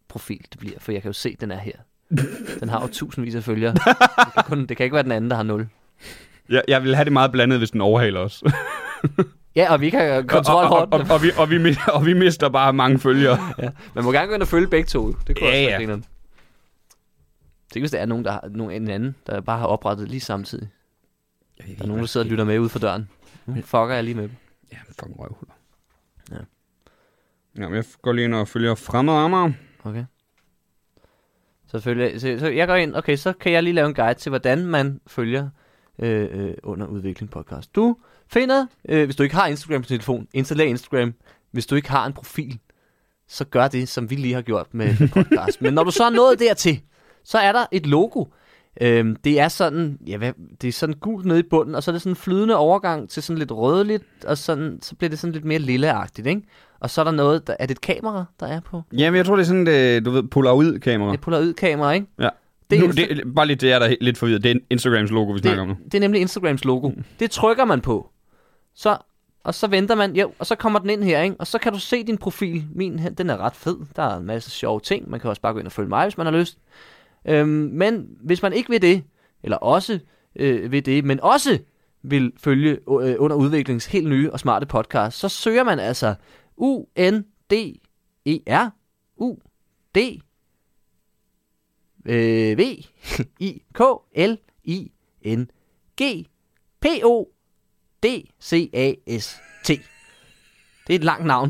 C: profil, det bliver, for jeg kan jo se, den er her. Den har jo tusindvis af følgere. Det kan, kun, det kan ikke være den anden, der har nul. [laughs]
D: Jeg, jeg ville have det meget blandet, hvis den overhaler os.
C: Ja, og vi ikke har
D: og,
C: kontrol
D: og,
C: over
D: og, og,
C: den.
D: og, vi, og, vi, mi- og vi mister bare mange følgere.
C: Man må gerne gå ind og følge begge to. jo. Det kunne
D: Ja,
C: ja, også
D: ja.
C: være grineren. Tænk, hvis der er nogen, der har, nogen, en anden, der bare har oprettet lige samtidig. Der er nogen, der sidder og lytter med ude for døren. Nu fucker jeg lige med dem.
D: Ja, fucking røvhuller.
C: Ja.
D: Ja, men jeg går lige ind og følger fremad Amager.
C: Okay. Så, følger, så, så jeg går ind, okay, så kan jeg lige lave en guide til, hvordan man følger øh, øh, under udvikling podcast. Du finder, øh, hvis du ikke har Instagram på din telefon, installer Instagram. Hvis du ikke har en profil, så gør det, som vi lige har gjort med podcast. Men når du så er nået dertil, så er der et logo. Øhm, det er sådan, ja, hvad, det er sådan gult nede i bunden, og så er det sådan en flydende overgang til sådan lidt rødligt, og sådan, så bliver det sådan lidt mere lilleagtigt, ikke? Og så er der noget, der, er det et kamera, der er på?
D: Jamen, jeg tror, det er sådan, det, du ved, polaroid-kamera.
C: Det puller ud kamera, ikke?
D: Ja.
C: Det
D: Det
C: er
D: nu,
C: Insta-
D: det, bare lige det, jeg er der lidt forvirret. Det er Instagrams logo, vi snakker om nu. Mm.
C: Det, det er nemlig Instagrams logo. Det trykker man på. Så, og så venter man, jo, og så kommer den ind her, ikke? Og så kan du se din profil. Min, her, den er ret fed. Der er en masse sjove ting. Man kan også bare gå ind og følge mig, hvis man har lyst. Øhm, men hvis man ikke vil det, eller også øh, vil det, men også vil følge øh, under udviklings helt nye og smarte podcast, så søger man altså U-N-D-E-R U-D øh, V I K L I N G P O D C A S T. Det er et langt navn.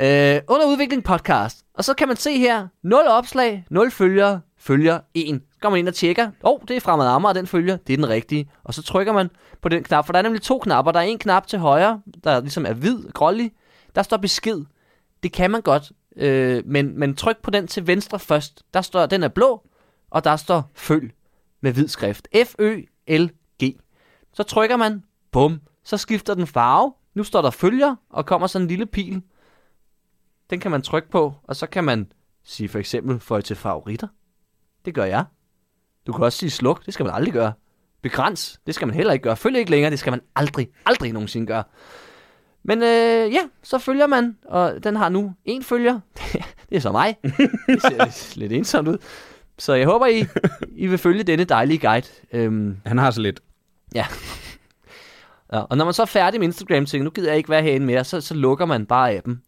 C: Øh, under udvikling podcast. Og så kan man se her, 0 opslag, 0 følgere, følger 1. Så går man ind og tjekker, åh, oh, det er fremad Amager, den følger, det er den rigtige. Og så trykker man på den knap, for der er nemlig to knapper. Der er en knap til højre, der ligesom er hvid, grålig. Der står besked. Det kan man godt, øh, men, men tryk på den til venstre først. Der står, den er blå, og der står følg med hvid skrift. F-Ø-L-G. Så trykker man, bum, så skifter den farve. Nu står der følger, og kommer sådan en lille pil. Den kan man trykke på, og så kan man sige for eksempel, føj til favoritter. Det gør jeg. Du kan også sige sluk, det skal man aldrig gøre. Begræns, det skal man heller ikke gøre. Følg ikke længere, det skal man aldrig, aldrig nogensinde gøre. Men øh, ja, så følger man, og den har nu en følger. [laughs] det er så mig. Det ser lidt- lidt ensomt ud. Så jeg håber, I, I vil følge denne dejlige guide. Øhm,
D: Han har så lidt.
C: Ja, og når man så er færdig med Instagram, tænker nu gider jeg ikke være herinde mere, så, så lukker man bare appen.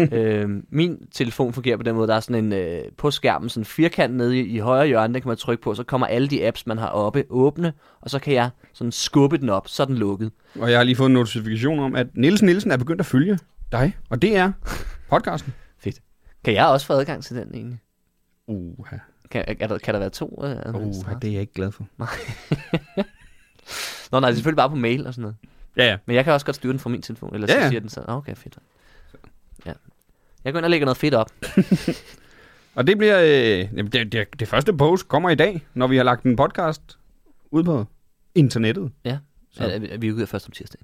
D: [laughs]
C: øhm, min telefon fungerer på den måde, der er sådan en, øh, på skærmen, sådan en firkant nede i, i højre hjørne, den kan man trykke på, så kommer alle de apps, man har oppe, åbne, og så kan jeg sådan skubbe den op, så er den lukket.
D: Og jeg har lige fået en notifikation om, at Nielsen Nielsen er begyndt at følge dig. Og det er podcasten.
C: Kan jeg også få adgang til den egentlig?
D: Uha.
C: Kan, er der, kan der være to? Øh,
D: Uha,
C: administratorer?
D: det er jeg ikke glad for.
C: Nå nej, det er selvfølgelig bare på mail og sådan noget.
D: Ja, ja.
C: Men jeg kan også godt styre den fra min telefon, eller
D: Ja,
C: så
D: ja.
C: siger den så, "Ah, okay, fedt. Ja. Jeg går ind og lægger noget fedt op.
D: Og det bliver... Øh, jamen, det, det, det første post kommer i dag, når vi har lagt en podcast ud på internettet.
C: Ja.
D: Så.
C: Ja, vi- vi udgiver først om tirsdag.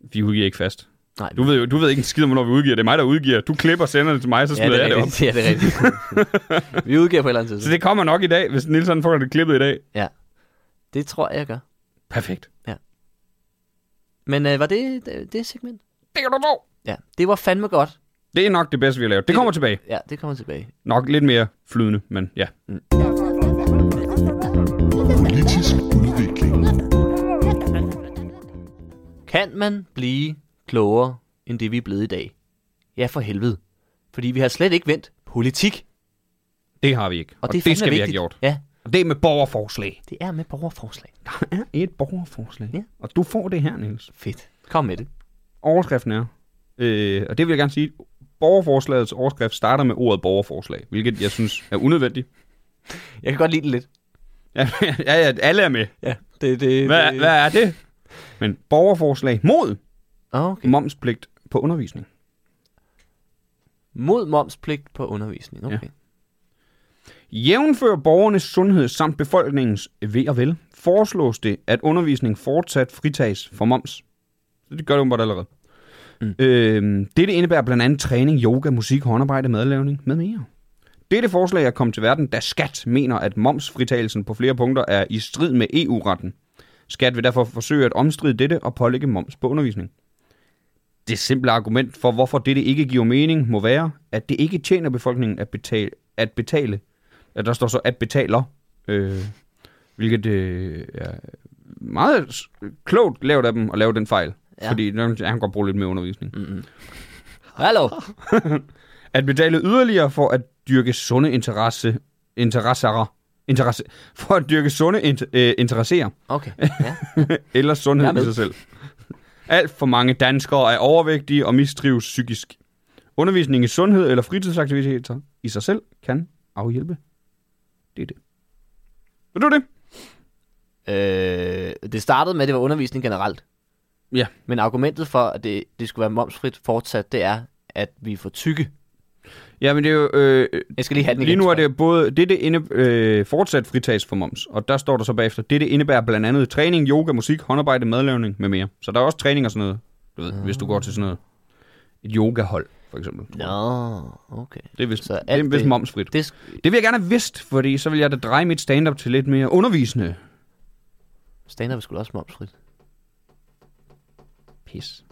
D: Vi udgiver ikke fast.
C: Nej,
D: Du ved jo du ved ikke en skid om, hvornår vi udgiver. Det er mig, der udgiver. Du klipper og sender det til mig, så
C: Ja,
D: smider
C: det er
D: jeg det op.
C: rigtigt. [laughs] Ja, det er rigtigt.
D: [laughs]
C: vi udgiver på et eller andet
D: Så
C: tidspunkt.
D: det kommer nok i dag, hvis Nielsen får det klippet i dag.
C: Det tror jeg, jeg gør.
D: Perfekt.
C: Men øh, var det, det det segment?
D: Det kan du tro.
C: Ja, det var fandme godt.
D: Det er nok det bedste, vi har lavet. Det kommer tilbage.
C: Ja, det kommer tilbage.
D: Nok lidt mere flydende, men ja.
F: Politisk udvikling.
C: Kan man blive klogere end det, vi er blevet i dag? Ja, for helvede. Fordi vi har slet ikke vendt politik.
D: Det har vi ikke. Og, og det,
C: fandme
D: det skal
C: vigtigt.
D: vi have gjort.
C: Ja,
D: Og det er med borgerforslag.
C: det er med borgerforslag.
D: Der er et borgerforslag.
C: Ja.
D: Og du får det her, Niels.
C: Fedt. Kom med det.
D: Overskriften er, øh, og det vil jeg gerne sige, borgerforslagets overskrift starter med ordet borgerforslag, hvilket jeg synes er unødvendigt.
C: Jeg kan godt lide det lidt.
D: Ja, [laughs] ja, ja alle er med.
C: Ja, det det.
D: Hvad, hvad er det? Men borgerforslag mod
C: Okay.
D: momspligt på undervisning.
C: Mod momspligt på undervisning. Okay.
D: Jævnfør borgernes sundhed samt befolkningens ved og vel, foreslås det, at undervisning fortsat fritages for moms. Så det gør det åbenbart allerede. Mm.
C: Mm.
D: Øhm, dette indebærer blandt andet træning, yoga, musik, håndarbejde, madlavning med mere. Dette forslag er kommet til verden, da Skat mener, at momsfritagelsen på flere punkter er i strid med EU-retten. Skat vil derfor forsøge at omstride dette og pålægge moms på undervisning. Det simple argument for, hvorfor dette ikke giver mening, må være, at det ikke tjener befolkningen at betale, at betale Ja, der står så, at betaler. Øh, hvilket øh, er meget s- klogt lavet af dem at lave den fejl. Ja. Fordi der- han kan godt bruge lidt mere undervisning. Mm. [laughs]
C: Hallo!
D: At betale yderligere for at dyrke sunde interesse, interesser, interesse, for at dyrke sunde inter, øh, interesserer,
C: Okay, ja.
D: eller
C: Jeg
D: sundhed
C: er
D: i
C: med.
D: sig selv. Alt for mange danskere er overvægtige og mistrives psykisk. Undervisning i sundhed eller fritidsaktiviteter i sig selv kan afhjælpe. Det er det. Ved du det?
C: Øh, det startede med, at det var undervisning generelt.
D: Ja.
C: Men argumentet for, at det, det skulle være momsfrit fortsat, det er, at vi er for tykke.
D: Ja, men det er jo... Øh,
C: Jeg skal lige have den
D: lige
C: igen,
D: nu er
C: tror jeg.
D: det både... Det, det inde, øh, fortsat fritages for moms, og der står der så bagefter, det, det indebærer blandt andet træning, yoga, musik, håndarbejde, madlavning med mere. Så der er også træning og sådan noget, du ved, hvis du går til sådan noget. Et yogahold, for eksempel. tror jeg.
C: Nå, okay.
D: Det er vist,
C: Så
D: det
C: alt
D: er vist
C: det-
D: momsfrit.
C: Det, sk-
D: Det vil jeg gerne have vidst, fordi så vil jeg da dreje mit stand-up til lidt mere undervisende.
C: stand-up er sgu da også momsfrit.
D: Pis.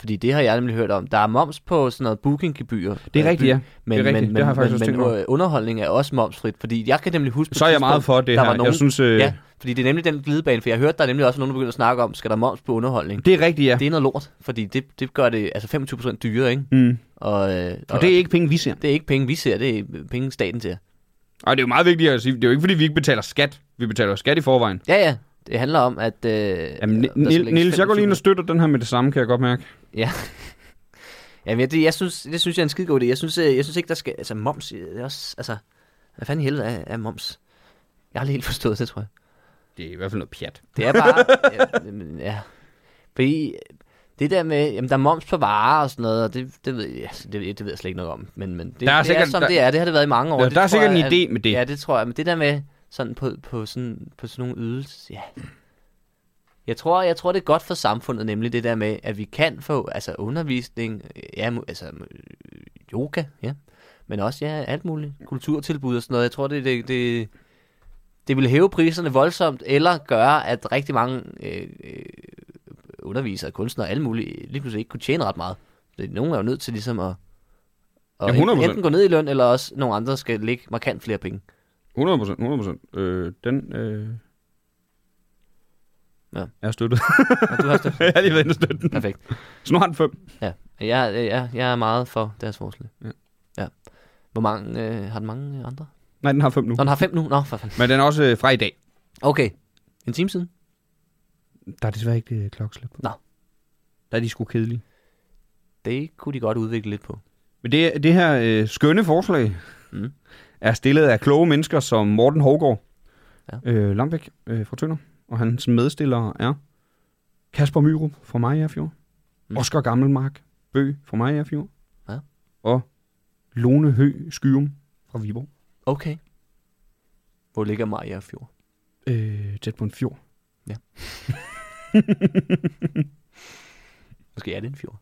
C: Fordi det har jeg nemlig hørt om. Der er moms på sådan noget bookinggebyr.
D: Det er rigtigt, ja.
C: Men,
D: Det er rigtigt.
C: men,
D: Det har jeg faktisk
C: men,
D: også
C: men,
D: tænkt over.
C: øh, underholdning er også momsfrit, fordi jeg kan nemlig huske... på
D: Så er
C: et
D: jeg meget
C: tidspunkt,
D: for det
C: der
D: her.
C: Var nogen,
D: Jeg synes, øh,
C: Ja, fordi det er nemlig den glidebane, for jeg hørte, der er nemlig også nogen, der begynder at snakke om, skal der moms på underholdning?
D: det er rigtigt, ja.
C: Det er noget lort, fordi det, det gør det altså 25% dyrere, ikke?
D: Mm.
C: Og, øh, og,
D: Og det er ikke penge, vi ser.
C: det er ikke penge, vi ser, det er penge, staten ser.
D: Og det er jo meget vigtigt at sige, det er jo ikke, fordi vi ikke betaler skat. Vi betaler jo skat i forvejen.
C: Ja, ja. Det handler om, at... Øh, Jamen,
D: Jamen, Nils, jeg går lige ind og støtter den her med det samme, kan jeg godt mærke.
C: Ja. Jamen, jeg, det, jeg synes, det synes jeg er en skide god idé. Jeg synes, øh, jeg synes ikke, der skal... Altså, moms... øh, Det er også, altså, hvad fanden i helvede er, er moms? Jeg har aldrig helt forstået det, tror jeg.
D: Det er i hvert fald noget pjat.
C: Det er bare... ja, men, ja. Fordi det der med, jamen der er moms på varer og sådan noget, og det, det, ved, jeg, altså, det, det ved jeg slet ikke noget om. Men, men det,
D: Der er
C: det
D: sikkert-
C: er, som
D: der-
C: det er. Det har det været i mange år.
D: Der-
C: Det
D: der er
C: tror
D: sikkert
C: jeg,
D: en idé med det.
C: Ja, det tror jeg. Men det der med sådan på, på, sådan, på sådan nogle ydelser, ja. Jeg tror, jeg tror, det er godt for samfundet, nemlig det der med, at vi kan få altså undervisning, øh, ja, mu- altså øh, yoga, ja, men også ja, alt muligt, kulturtilbud og sådan noget. Jeg tror, det, det, det, det vil hæve priserne voldsomt, eller gøre, at rigtig mange øh, øh, undervisere, kunstnere og alle mulige lige pludselig ikke kunne tjene ret meget. Det- Nogle er jo nødt til ligesom at, at
D: Ja, 100%.
C: enten gå ned i løn, eller også nogle andre skal lægge markant flere penge.
D: 100 procent, 100 procent. Øh, den... Øh...
C: Ja.
D: Jeg har støttet. [laughs]
C: Og du har [laughs] støt.
D: jeg har lige været inde og støtte den.
C: Perfekt.
D: Så nu har den fem.
C: Ja, jeg, jeg, jeg er meget for deres forslag.
D: Ja.
C: ja. Hvor mange, øh, har den mange øh, andre?
D: Nej, den har fem nu.
C: Nå, den har fem nu. Nå, for fanden.
D: Men den er også øh, fra i dag.
C: Okay. En time siden.
D: Der er desværre ikke øh, klokkeslip på.
C: Nå.
D: Der er de sgu kedelige.
C: Det kunne de godt udvikle lidt på.
D: Men det, det her øh, skønne forslag mm.
C: Mm.
D: er stillet af kloge mennesker som Morten Hågaard ja.
C: Ja.
D: øh, Lambæk øh, fra Tønder, og hans medstillere er Kasper Myrup fra Majerfjord, mm.
C: Mm.
D: Oscar Gammelmark Bø fra Majerfjord,
C: Ja.
D: og Lone Hø Skyum fra Viborg,
C: Okay. Hvor ligger Maja Fjord?
D: øh, tæt på en fjord.
C: Måske er det en fjord.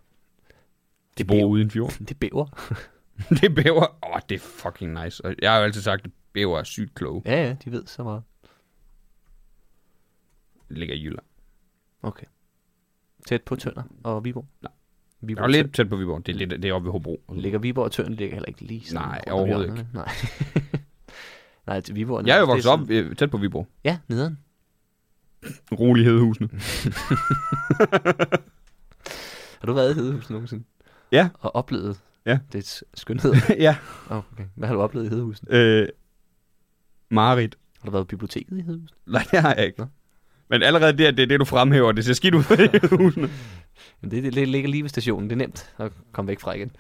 D: De bor ude i en fjord.
C: Det bæver.
D: [laughs] det er bæver. Åh, oh, det er fucking nice. Og jeg har jo altid sagt, at bæver er sygt kloge.
C: Ja, ja, de ved så meget.
D: Det ligger i Jylland.
C: Okay. Tæt på Tønder og Viborg.
D: Nej. Det
C: Viborg
D: er lidt tæt på Viborg. Det er, lidt, det er oppe ved Hobro.
C: Tønder. Ligger Viborg og Tønder ligger heller ikke lige sådan.
D: Nej,
C: rundt om
D: overhovedet
C: hjørnerne. Nej. [laughs] Nej, til Viborg.
D: Jeg er jo
C: nærmest,
D: vokset
C: det
D: op øh, tæt på Viborg.
C: sådan- Ja, nederen.
D: Rolig Hedehusene.
C: Har du været i Hedehus nogensinde?
D: Ja.
C: Og oplevet
D: Ja.
C: dets
D: [laughs]
C: skønhed?
D: ja.
C: oh, okay. Hvad har du oplevet i Hedehusen?
D: Øh, Marit.
C: Har du været i biblioteket i Hedehusen?
D: Nej, det har jeg ikke.
C: Nå.
D: Men allerede der, det er det, du fremhæver. Det ser skidt ud i husene.
C: Jamen, det, det, det ligger lige ved stationen. Det er nemt at komme væk fra
D: [laughs]
C: igen.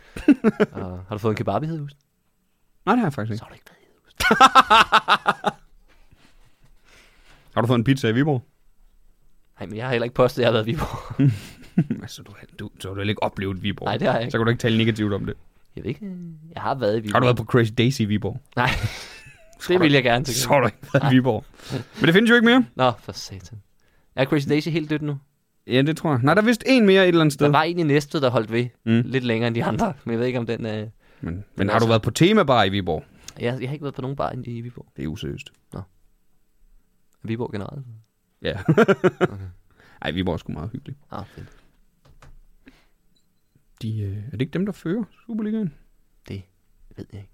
C: og, har du fået en kebab i Hedehusen?
D: [laughs] Nej, det har jeg faktisk
C: Så har
D: ikke.
C: du ikke været i Hedehusen.
D: Har du fået en pizza i Viborg?
C: Nej, men jeg har heller ikke påstået, at jeg har været i Viborg.
D: altså, du, du, så har du heller ikke oplevet Viborg.
C: Nej, det har jeg
D: Så
C: ikke.
D: kan du ikke tale negativt om det.
C: Jeg ved ikke. øh, Jeg har været i Viborg.
D: Har du været på Crazy Daisy i Viborg?
C: Nej. det vil jeg gerne til.
D: Så har du ikke været i Viborg. Men det findes jo ikke mere.
C: Nå, for satan. Er Crazy Daisy helt dødt nu?
D: Ja, det tror jeg. Nej, der er vist en mere et eller andet sted.
C: Der var en i Næstved, der holdt ved
D: Mm.
C: mm. lidt længere end de andre. [laughs] Men jeg ved ikke, om den... Øh...
D: Men, men
C: Men
D: har du
C: altså-
D: været på temabar i Viborg?
C: Jeg, jeg har ikke været på nogen bar i Viborg.
D: Det er useriøst.
C: Viborg generelt.
D: [laughs] Ja. Ej, Viborg er sgu meget hyggeligt.
C: Ah, fedt.
D: De, øh, er det ikke dem, der fører Superligaen?
C: ved jeg ikke.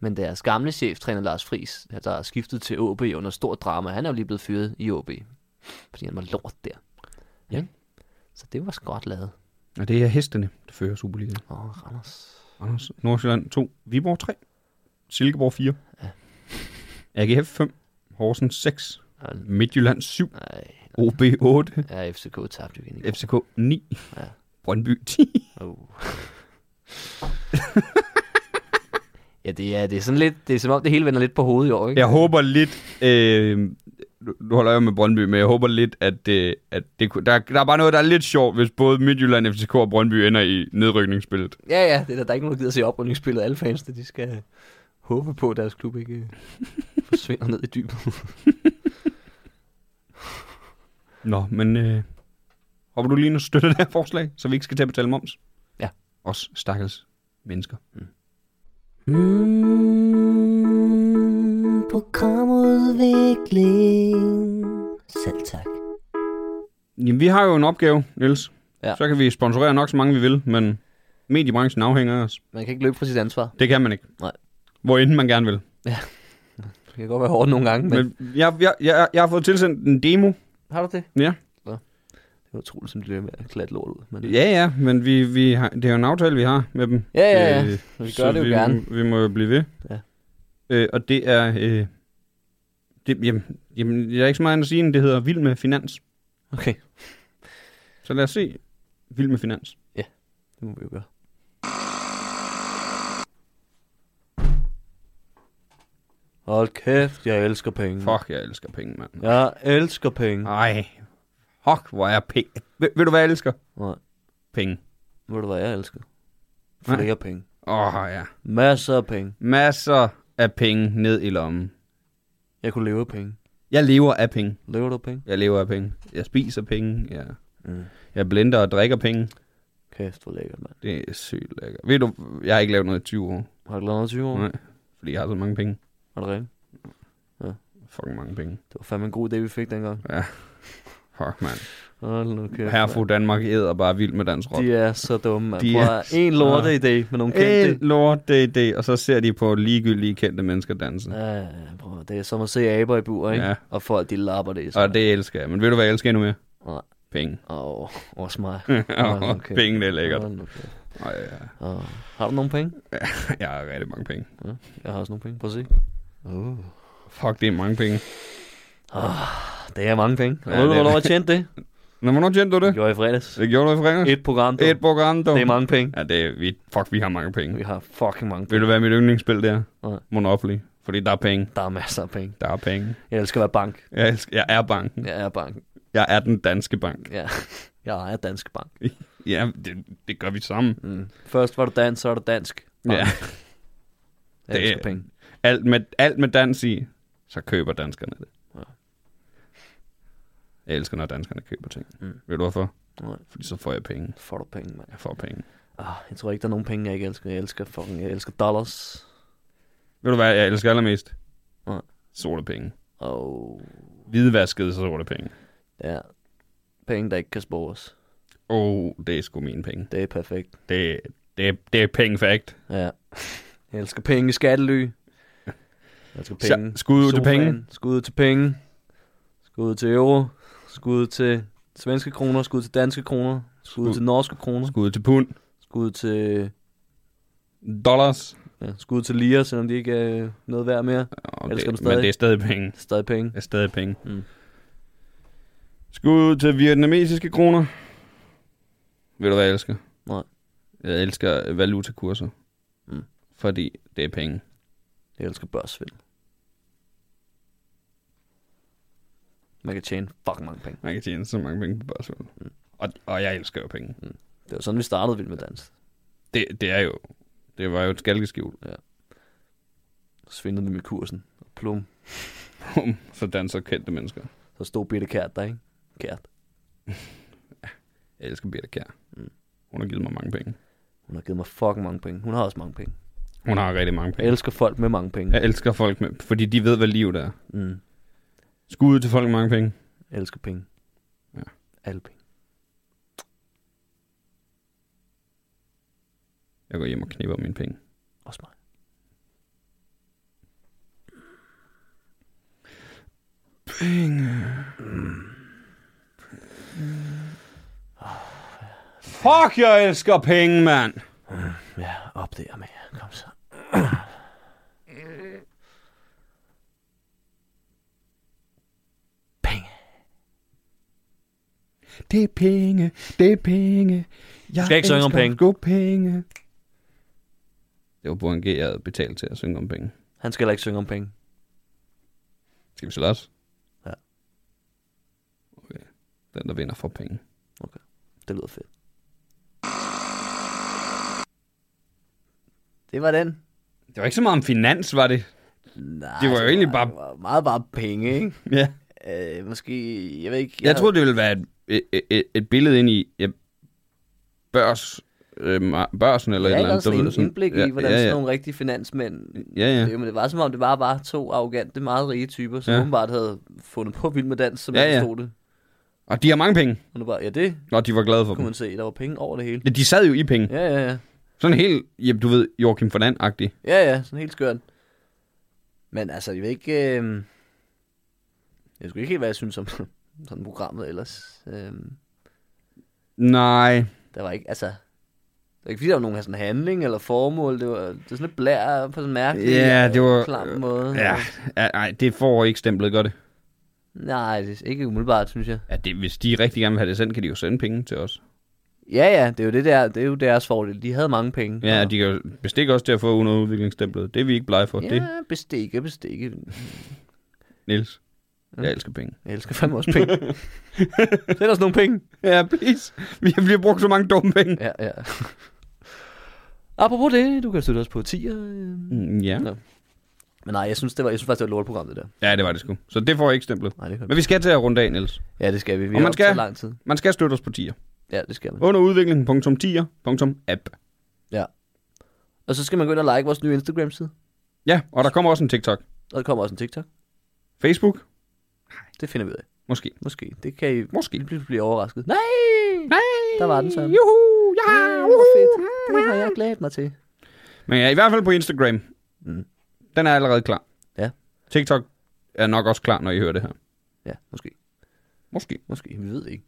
C: Men deres gamle cheftræner Lars Friis, der er skiftet til OB under stort drama, han er jo lige blevet fyret i OB, fordi han var lort der. Han Ja. Så det var sgu godt lavet.
D: Og det er hestene, der fører Superligaen.
C: Åh, oh, Randers.
D: Anders, Nordsjælland 2, Viborg 3, Silkeborg 4, ja. AGF 5, Horsens 6,
C: Og-
D: Midtjylland 7,
C: Nej,
D: OB 8,
C: ja, FCK tabte jo igen. i går.
D: FCK 9,
C: Ja.
D: Brøndby 10.
C: Oh. [laughs] ja, det er, det er sådan lidt, det er som om det hele vender lidt på hovedet i år, ikke?
D: Jeg håber lidt, øh, nu- nu holder jeg med Brøndby, men jeg håber lidt, at, øh, at det, kunne- der, der er bare noget, der er lidt sjovt, hvis både Midtjylland, FCK og Brøndby ender i nedrykningsspillet.
C: Ja, ja, det er der, der er ikke nogen, der gider se oprydningsspillet. Alle fansene, de skal håbe på, at deres klub ikke
D: [laughs]
C: øh, forsvinder ned i dybet.
D: Nå, men øh, håber du lige nu støtter det her forslag, så vi ikke skal til at betale moms?
C: Ja.
D: Os stakkels mennesker.
F: Mm, programudvikling. Selv tak.
D: Jamen, vi har jo en opgave, Niels.
C: Ja.
D: Så kan vi sponsorere nok så mange, vi vil, men mediebranchen afhænger af os.
C: Man kan ikke løbe fra sit ansvar.
D: Det kan man ikke.
C: Nej.
D: Hvor end man gerne vil.
C: Det kan godt være hårdt nogle gange, men... men...
D: Men, men jeg, jeg, jeg, jeg har fået tilsendt en demo.
C: Har du det?
D: Ja.
C: Det var utroligt, som de løber med at klatte lort ud. Men...
D: Ja, ja, men vi, vi har, det er jo en aftale, vi har med dem.
C: Ja, ja, ja.
D: Øh,
C: Vi
D: så
C: gør det jo
D: vi,
C: gerne.
D: Vi må jo blive ved.
C: Ja.
D: Øh, og det er... Øh, det, jamen, jamen, jeg er ikke så meget andet at sige, end det hedder Vild med Finans.
C: Okay,
D: Så lad os se Vild med Finans.
C: det må vi jo gøre. Hold kæft, jeg elsker penge.
D: Fuck, jeg elsker penge, mand.
C: Jeg elsker penge.
D: Ej, fuck, hvor er penge. Ved, ved du, hvad jeg elsker?
C: Nej,
D: Penge.
C: ved du hvad jeg elsker?
D: Nej.
C: Flere penge.
D: Åh, oh, ja.
C: Masser af penge.
D: Masser af penge ned i lommen.
C: Jeg kunne leve af penge.
D: Jeg lever af penge.
C: Lever du af penge?
D: Jeg lever af penge. Jeg spiser penge. Jeg,
C: Mm.
D: jeg blender og drikker penge.
C: Kæft, hvor lækkert, mand.
D: Det er sygt lækkert. Ved du, jeg har ikke lavet noget i 20 år.
C: Har du lavet noget i 20 år?
D: Nej, fordi jeg har så mange penge.
C: Er det rigtigt?
D: Fucking mange penge.
C: Det var fandme en god idé, vi fik dengang.
D: Fuck, mand.
C: Hold nu kæft,
D: Herre fru Danmark æder bare vild med dansk
C: mand.
D: rock.
C: De er så dumme, mand.
D: De
C: Prøv
D: er
C: at- en lorte idé med nogle
D: Hey,
C: kendte.
D: lord, det, det. Og så ser de på ligegyldige kendte mennesker danse.
C: Ja, prøv, at- det er som at se aber i bur, ikke?
D: Ja.
C: Og folk, de lapper det. i sig.
D: Og det elsker jeg. Men ved du, hvad jeg elsker endnu mere?
C: Nej.
D: Penge.
C: Åh, også
D: [laughs]
C: mig.
D: Åh,
C: Hold nu kæft.
D: Penge, det er lækkert.
C: Hold nu kæft.
D: Ej, ja.
C: Åh, Har du nogle penge?
D: Jeg har rigtig mange penge.
C: Jeg har også nogle penge. Prøv at se. Uh.
D: Fuck, det er mange penge.
C: Det er mange penge. Og
D: Ja,
C: ved du,
D: det er-
C: hvornår jeg tjente [laughs] det?
D: Nå, hvornår tjente du det?
C: Det gjorde jeg i fredags.
D: Det gjorde du i fredags?
C: [laughs] Et program, du.
D: Et program, dog.
C: Det er mange penge.
D: Ja, det er, vi, fuck, vi har mange penge.
C: Vi har fucking mange
D: Vil
C: penge.
D: du være mit yndlingsspil der?
C: Nej.
D: Monopoly. Fordi der er penge.
C: Der er masser af penge.
D: Der er penge.
C: Jeg elsker at være bank.
D: Jeg, elsker, jeg er banken.
C: Jeg er bank.
D: Jeg er den danske bank.
C: Ja, jeg ejer Danske Bank.
D: Ja, det, det gør vi sammen.
C: Mm. Først var du dansk, så er du dansk. Bank.
D: Ja.
C: Jeg
D: det
C: elsker
D: er-
C: penge.
D: Alt med, alt med dans i, så køber danskerne det.
C: Ja.
D: Jeg elsker, når danskerne køber ting.
C: Mm.
D: Ved du hvorfor?
C: Nej.
D: Fordi så får jeg penge.
C: Får du penge, mand.
D: Jeg får penge.
C: Ah, jeg tror ikke, der er nogen penge, jeg ikke elsker. Jeg elsker fucking, jeg elsker dollars.
D: Ved du hvad, jeg elsker allermest?
C: Nej.
D: Sorte penge.
C: Og
D: Hvidvaskede sorte penge.
C: ja, penge, der ikke kan spores.
D: Åh, oh, det er sgu mine penge.
C: Det er perfekt.
D: Det, det, det er penge fact.
C: Ja. Jeg elsker penge i skattely. Jeg elsker
D: Så,
C: penge.
D: skud ud til
C: Sofaen.
D: penge.
C: Skud ud til penge. Skud ud til euro. Skud ud til svenske kroner. Skud ud til danske kroner. Skud
D: Skud-
C: ud til norske kroner.
D: Skud til pund.
C: Skud ud til
D: Dollars.
C: Ja, skud til Lira, selvom de ikke er noget værd mere.
D: Oh,
C: Elsker dem
D: det,
C: stadig.
D: men det er stadig penge.
C: Stadig penge.
D: Det er stadig penge.
C: Mm.
D: Skud ud til vietnamesiske kroner. Ved du, hvad jeg elsker?
C: Nej.
D: Jeg elsker valutakurser.
C: Mm.
D: Fordi det er penge.
C: Jeg elsker børsvindel. Man kan tjene fucking mange penge.
D: Man kan tjene så mange penge på børsvindel. Mm. Og, og jeg elsker jo penge.
C: Det var sådan, vi startede Vild med Dans.
D: Det, det er jo... Det var jo et skalkeskjul. [laughs]
C: Så svindede vi med kursen. Og plum.
D: så danser kendte mennesker.
C: Så stod Bitte Kært der, ikke? Kært.
D: Jeg elsker Birte Kjær. Mm. Hun har givet mig mange penge.
C: Hun har givet mig fucking mange penge. Hun har også mange penge.
D: Hun har rigtig mange
C: Jeg
D: penge.
C: elsker folk med mange penge.
D: Jeg elsker folk, med, fordi de ved, hvad livet er.
C: Mm.
D: Skud ud til folk med mange penge.
C: Jeg elsker penge.
D: Ja.
C: Alle penge.
D: Jeg går hjem og knipper mine penge.
C: Også mig.
D: Penge. Fuck, jeg elsker penge, mand.
C: Ja, op der med. Kom så. Penge.
D: Det er penge, det er penge. Jeg
C: Skal ikke synge om
D: elsker
C: penge.
D: sgu penge. Det var på en G, jeg havde betalt til at synge om penge.
C: Han skal heller ikke synge om penge.
D: Skal vi så os?
C: Ja.
D: Okay. Den, der vinder, får penge.
C: Det lyder fedt. Det var den.
D: Det var ikke så meget om finans, var det?
C: Nej,
D: Det var jo egentlig bare-
C: det var meget bare penge, ikke?
D: Ja.
C: Øh, måske, jeg ved ikke...
D: Jeg troede, det ville være et, et, et, et billede ind i ja, børs, øh, mar- børsen eller
C: jeg havde
D: et eller andet.
C: også
D: du
C: en
D: ved,
C: sådan, indblik
D: ja,
C: i, hvordan
D: ja, ja.
C: sådan nogle rigtige finansmænd...
D: Ja, ja.
C: Det, men det var som om, det var bare to arrogante, meget rige typer, som
D: Ja.
C: ja. åbenbart havde fundet på vild med dans, som
D: Ja,
C: ja,
D: ja.
C: jeg forstod det.
D: Og de har mange penge,
C: Og nu bare, ja det
D: og de var glade for
C: kunne
D: dem.
C: man se, der var penge over det hele.
D: Ja, de sad jo i penge.
C: Ja, ja, ja.
D: Sådan helt, ja, du ved, Joachim Fernand-agtig.
C: Ja, ja, sådan helt skørt. Men altså, jeg ved ikke... Øh... Jeg skulle ikke helt, hvad jeg synes om [laughs] sådan programmet ellers. Øh...
D: Nej.
C: Der var ikke, altså... Det var ikke fordi, der var nogen af sådan handling eller formål. Det var, det var sådan et blær på sådan en mærkelig
D: Ja,
C: øh,
D: det var-
C: klam måde.
D: Ja, ja, nej, det får ikke stemplet, gør det.
C: Nej, det er ikke umiddelbart, synes jeg.
D: Ja, det, hvis de rigtig gerne vil have det sendt, kan de jo sende penge til os.
C: Ja, ja, det er jo, det der, det er jo deres fordel. De havde mange penge.
D: Ja, og de kan jo bestikke os til at få under udviklingsstemplet. Det er vi ikke blege for. Ja. Det,
C: Ja, bestikke, bestikke.
D: Niels.
C: Mm.
D: Jeg elsker penge.
C: Jeg elsker fandme også
D: [laughs]
C: penge. Send os nogle penge.
D: Ja, please. Vi har brugt så mange dumme penge.
C: Ja, ja. Apropos det, du kan støtte os på 10'er. Øh.
D: Mm, Ja.
C: Nå. Men nej, jeg synes, det var, jeg synes faktisk, det var et lortprogram, det der.
D: ja, det var det sgu. Så det får ikke stemplet.
C: Nej, det kan
D: Men vi skal til at runde af, Niels.
C: Ja, det skal vi. Vi
D: Og man
C: har optaget
D: skal-
C: lang tid.
D: Man skal støtte os på tier.
C: Ja, det skal vi.
D: Under udvikling.tier.app.
C: Og så skal man gå ind og like vores nye Instagram-side.
D: Ja, og der kommer også en TikTok.
C: Og der kommer også en TikTok.
D: Facebook?
C: Det finder vi ud af.
D: Måske.
C: Måske. Det kan I
D: Måske.
C: lige pludselig blive overrasket. Nej,
D: Nej!
C: der var den så. Det
D: Juhu! Ja!
C: var fedt. Det har jeg glædet mig til.
D: Men ja, i hvert fald på Instagram.
C: Mm.
D: Den er allerede klar.
C: Ja.
D: TikTok er nok også klar, når I hører det her.
C: Ja, måske.
D: Måske.
C: Måske. Vi ved ikke.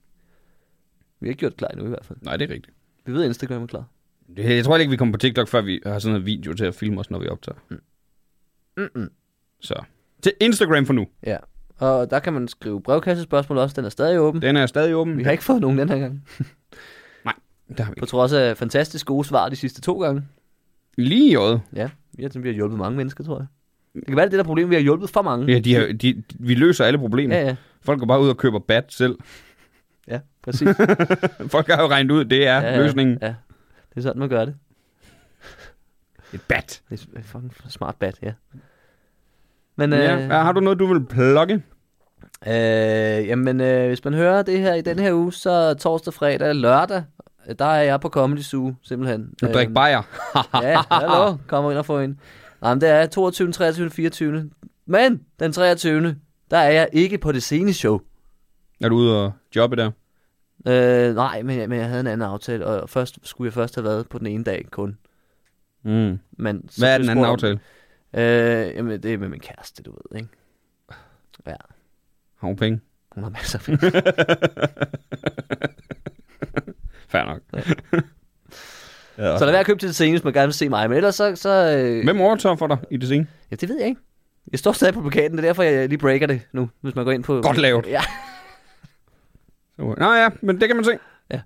C: Vi har ikke gjort det klar endnu i hvert fald.
D: Nej, det er rigtigt.
C: Vi ved, at Instagram er klar.
D: Det- Jeg tror ikke, vi kommer på TikTok, før vi har sådan noget video til at filme os, når vi optager.
C: Mm. Mm-mm.
D: Så til Instagram for nu.
C: Ja. Og der kan man skrive brevkassespørgsmål også. Den er stadig åben.
D: Den er stadig åben.
C: Vi har ikke fået nogen den her gang.
D: Det har vi
C: På
D: ikke.
C: trods af fantastisk gode svar de sidste to gange.
D: Lige i øjet.
C: Ja, vi har, vi har hjulpet mange mennesker, tror jeg. Det kan være, det er det der problem, vi har hjulpet for mange.
D: Ja, de har, de, de- vi løser alle problemer.
C: Mm. ja, ja.
D: Folk går bare ud og køber bat selv.
C: ja
D: [laughs]
C: præcis.
D: Folk har jo regnet ud, det er
C: ja, ja,
D: løsningen.
C: Ja. Det er sådan, man gør det.
D: Et bat.
C: Det er fucking smart bat, ja. Men øh,
D: Ja. ja. Har du noget, du vil plukke?
C: Øh, jamen, øh, hvis man hører det her i den her uge, så torsdag, fredag, lørdag, øh, der er jeg på Comedy Zoo, simpelthen. Øhm,
D: Du drikker bajer.
C: Ja, hallo, kom ind og få en. Jamen, det er 22, 23, 24. Men den 23. der er jeg ikke på det sene show.
D: Er du ude og jobbe der?
C: Øh, nej, men, jeg- men jeg havde en anden aftale, og først skulle jeg først have været på den ene dag kun.
D: Mm.
C: Men så
D: Hvad er
C: blev
D: den anden
C: spurgt om-
D: aftale?
C: Øh, jamen, det er med min kæreste, du ved, ikke? Ja,
D: Har hun penge?
C: hun har masser af penge.
D: [laughs] Fair nok.
C: Ja.
D: [laughs] ja.
C: Så lad være at købe til det seneste, hvis man gerne vil se mig. Men ellers så... så øh,
D: Hvem overtager for dig i det scene?
C: ja, det ved jeg ikke. Jeg står stadig på plakaten, det er derfor, jeg lige breaker det nu, hvis man går ind på...
D: Godt lavet.
C: Ja.
D: Så- Nå ja, men det kan man se.
C: Ja.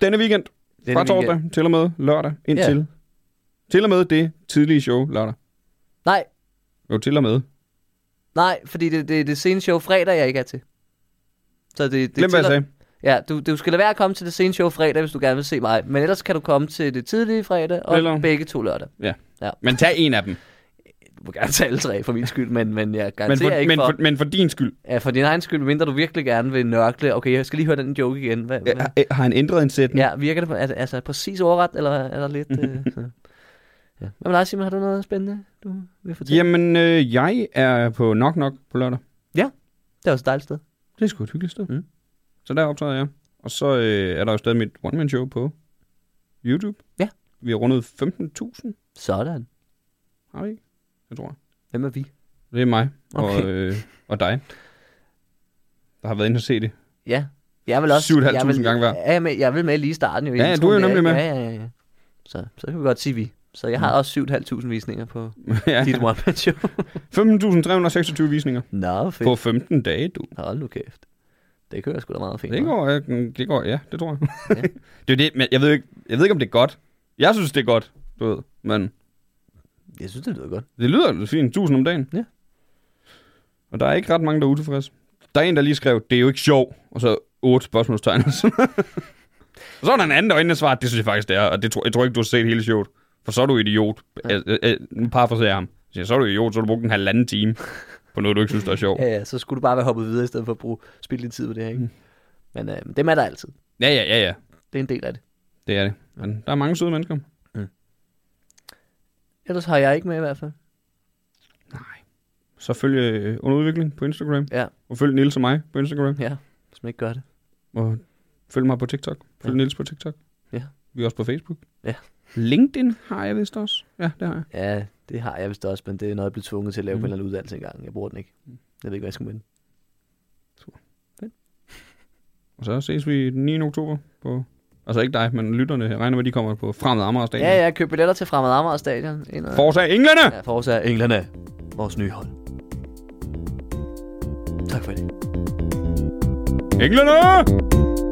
D: Denne weekend.
C: Denne
D: Fra torsdag
C: weekend.
D: til og med lørdag indtil. Ja. Til og med det tidlige show lørdag.
C: Nej,
D: Jo, til og med.
C: nej, fordi det, det, det seneste show fredag, jeg ikke er til. Så det, det
D: Glem, hvad jeg sagde.
C: Ja, du, du skal lade være at komme til det seneste show fredag, hvis du gerne vil se mig. Men ellers kan du komme til det tidlige fredag og
D: Eller-
C: Eller... begge to lørdag.
D: Men tag en af dem.
C: Du må gerne tage alle tre for min skyld, men, men jeg
D: Men
C: garanterer
D: for,
C: ikke
D: men,
C: for...
D: for, men for din skyld.
C: Ja, for din egen skyld, mindre du virkelig gerne vil nørkle. Okay, jeg skal lige høre den joke igen. Hvad, hvad?
D: Har, har han ændret en sætning?
C: Ja, virker det på, er, det- altså præcis overret, eller er der lidt... øh, så- ja. Hvad med dig, Simon? Har du noget spændende, du vil fortælle?
D: Jamen, øh, jeg er på Nok Nok på lørdag.
C: Det er også et dejligt sted.
D: Det er sgu et hyggeligt sted. Mm.
C: Mm.
D: Så der optræder jeg. Og så øh, er der jo stadig mit one-man-show på YouTube.
C: Ja.
D: Vi har rundet 15.000,
C: Sådan.
D: har vi ikke? Jeg tror. jeg.
C: Hvem er vi?
D: Det er mig
C: Okay.
D: [laughs] og, øh, og dig, der har været inde og se det.
C: Ja. Jeg vil også...
D: 7.500 gange hver.
C: Ja, men jeg vil med lige i starten jo.
D: Ja,
C: Jeg
D: du er jo
C: tror, det
D: nemlig med. Mm.
C: Ja, ja, ja. Så, så kan vi godt sige vi. Så jeg har også 7.500 visninger på
D: ja.
C: dit one-man
D: [laughs]
C: show.
D: 15.326 visninger
C: Nå, fedt.
D: på 15 dage, du.
C: Hold nu kæft. Det kører sgu da meget fint.
D: Det
C: hva'?
D: går, ja, det går, ja, det tror jeg. [laughs] det er jo det, men jeg ved, ikke, jeg ved ikke, om det er godt. Jeg synes, det er godt, du ved. Men
C: Jeg synes, det lyder godt.
D: det lyder lidt fint. 1000 om dagen.
C: Ja.
D: Og der er ikke ret mange, der er utilfredse. Der er en, der lige skrev, det er jo ikke sjov. Og så otte spørgsmålstegn. [laughs] og så er der en anden, der øjnene svarer, det synes jeg faktisk, det er. Og det tror, jeg tror ikke, du har set hele showet. For så er du idiot. Øh, øh, øh, Nu parafraserer jeg ham. Så siger jeg, så er du idiot, så har du brugt en halvanden time på noget, du ikke synes, der er sjovt.
C: Ja, ja, så skulle du bare være hoppet videre, i stedet for at bruge spildt din tid på det
D: Mm.
C: her, ikke? Men øh, dem er der altid.
D: Ja, ja, ja, ja.
C: Det er en del af det.
D: Det er det. Men der er mange søde mennesker.
C: Ellers har jeg ikke med i hvert fald.
D: Så følg øh, Under Udvikling på Instagram.
C: Ja.
D: Og følg Nils og mig på Instagram.
C: Ja, hvis man ikke gør det.
D: Og følg mig på TikTok. Følg
C: Ja.
D: ja. Nils på TikTok.
C: Ja.
D: Vi er også på Facebook.
C: Ja.
D: LinkedIn har jeg vist også. Ja, det har jeg.
C: Ja, det har jeg vist også, men det er noget, jeg blev tvunget til at lave mm.
D: Mm.
C: på en eller anden uddannelse engang. Jeg bruger den ikke. Jeg ved ikke, hvad jeg skal med den.
D: Og så ses vi den 9. oktober på... Altså ikke dig, men lytterne. Jeg regner med, de kommer på Fremad Amagerstadion.
C: Ja, ja, køb billetter til Fremad Amager Stadion. Ind og...
D: Forsag Englerne!
C: Ja, Forza er Englerne. Vores nye hold. Tak for det.
D: Englerne!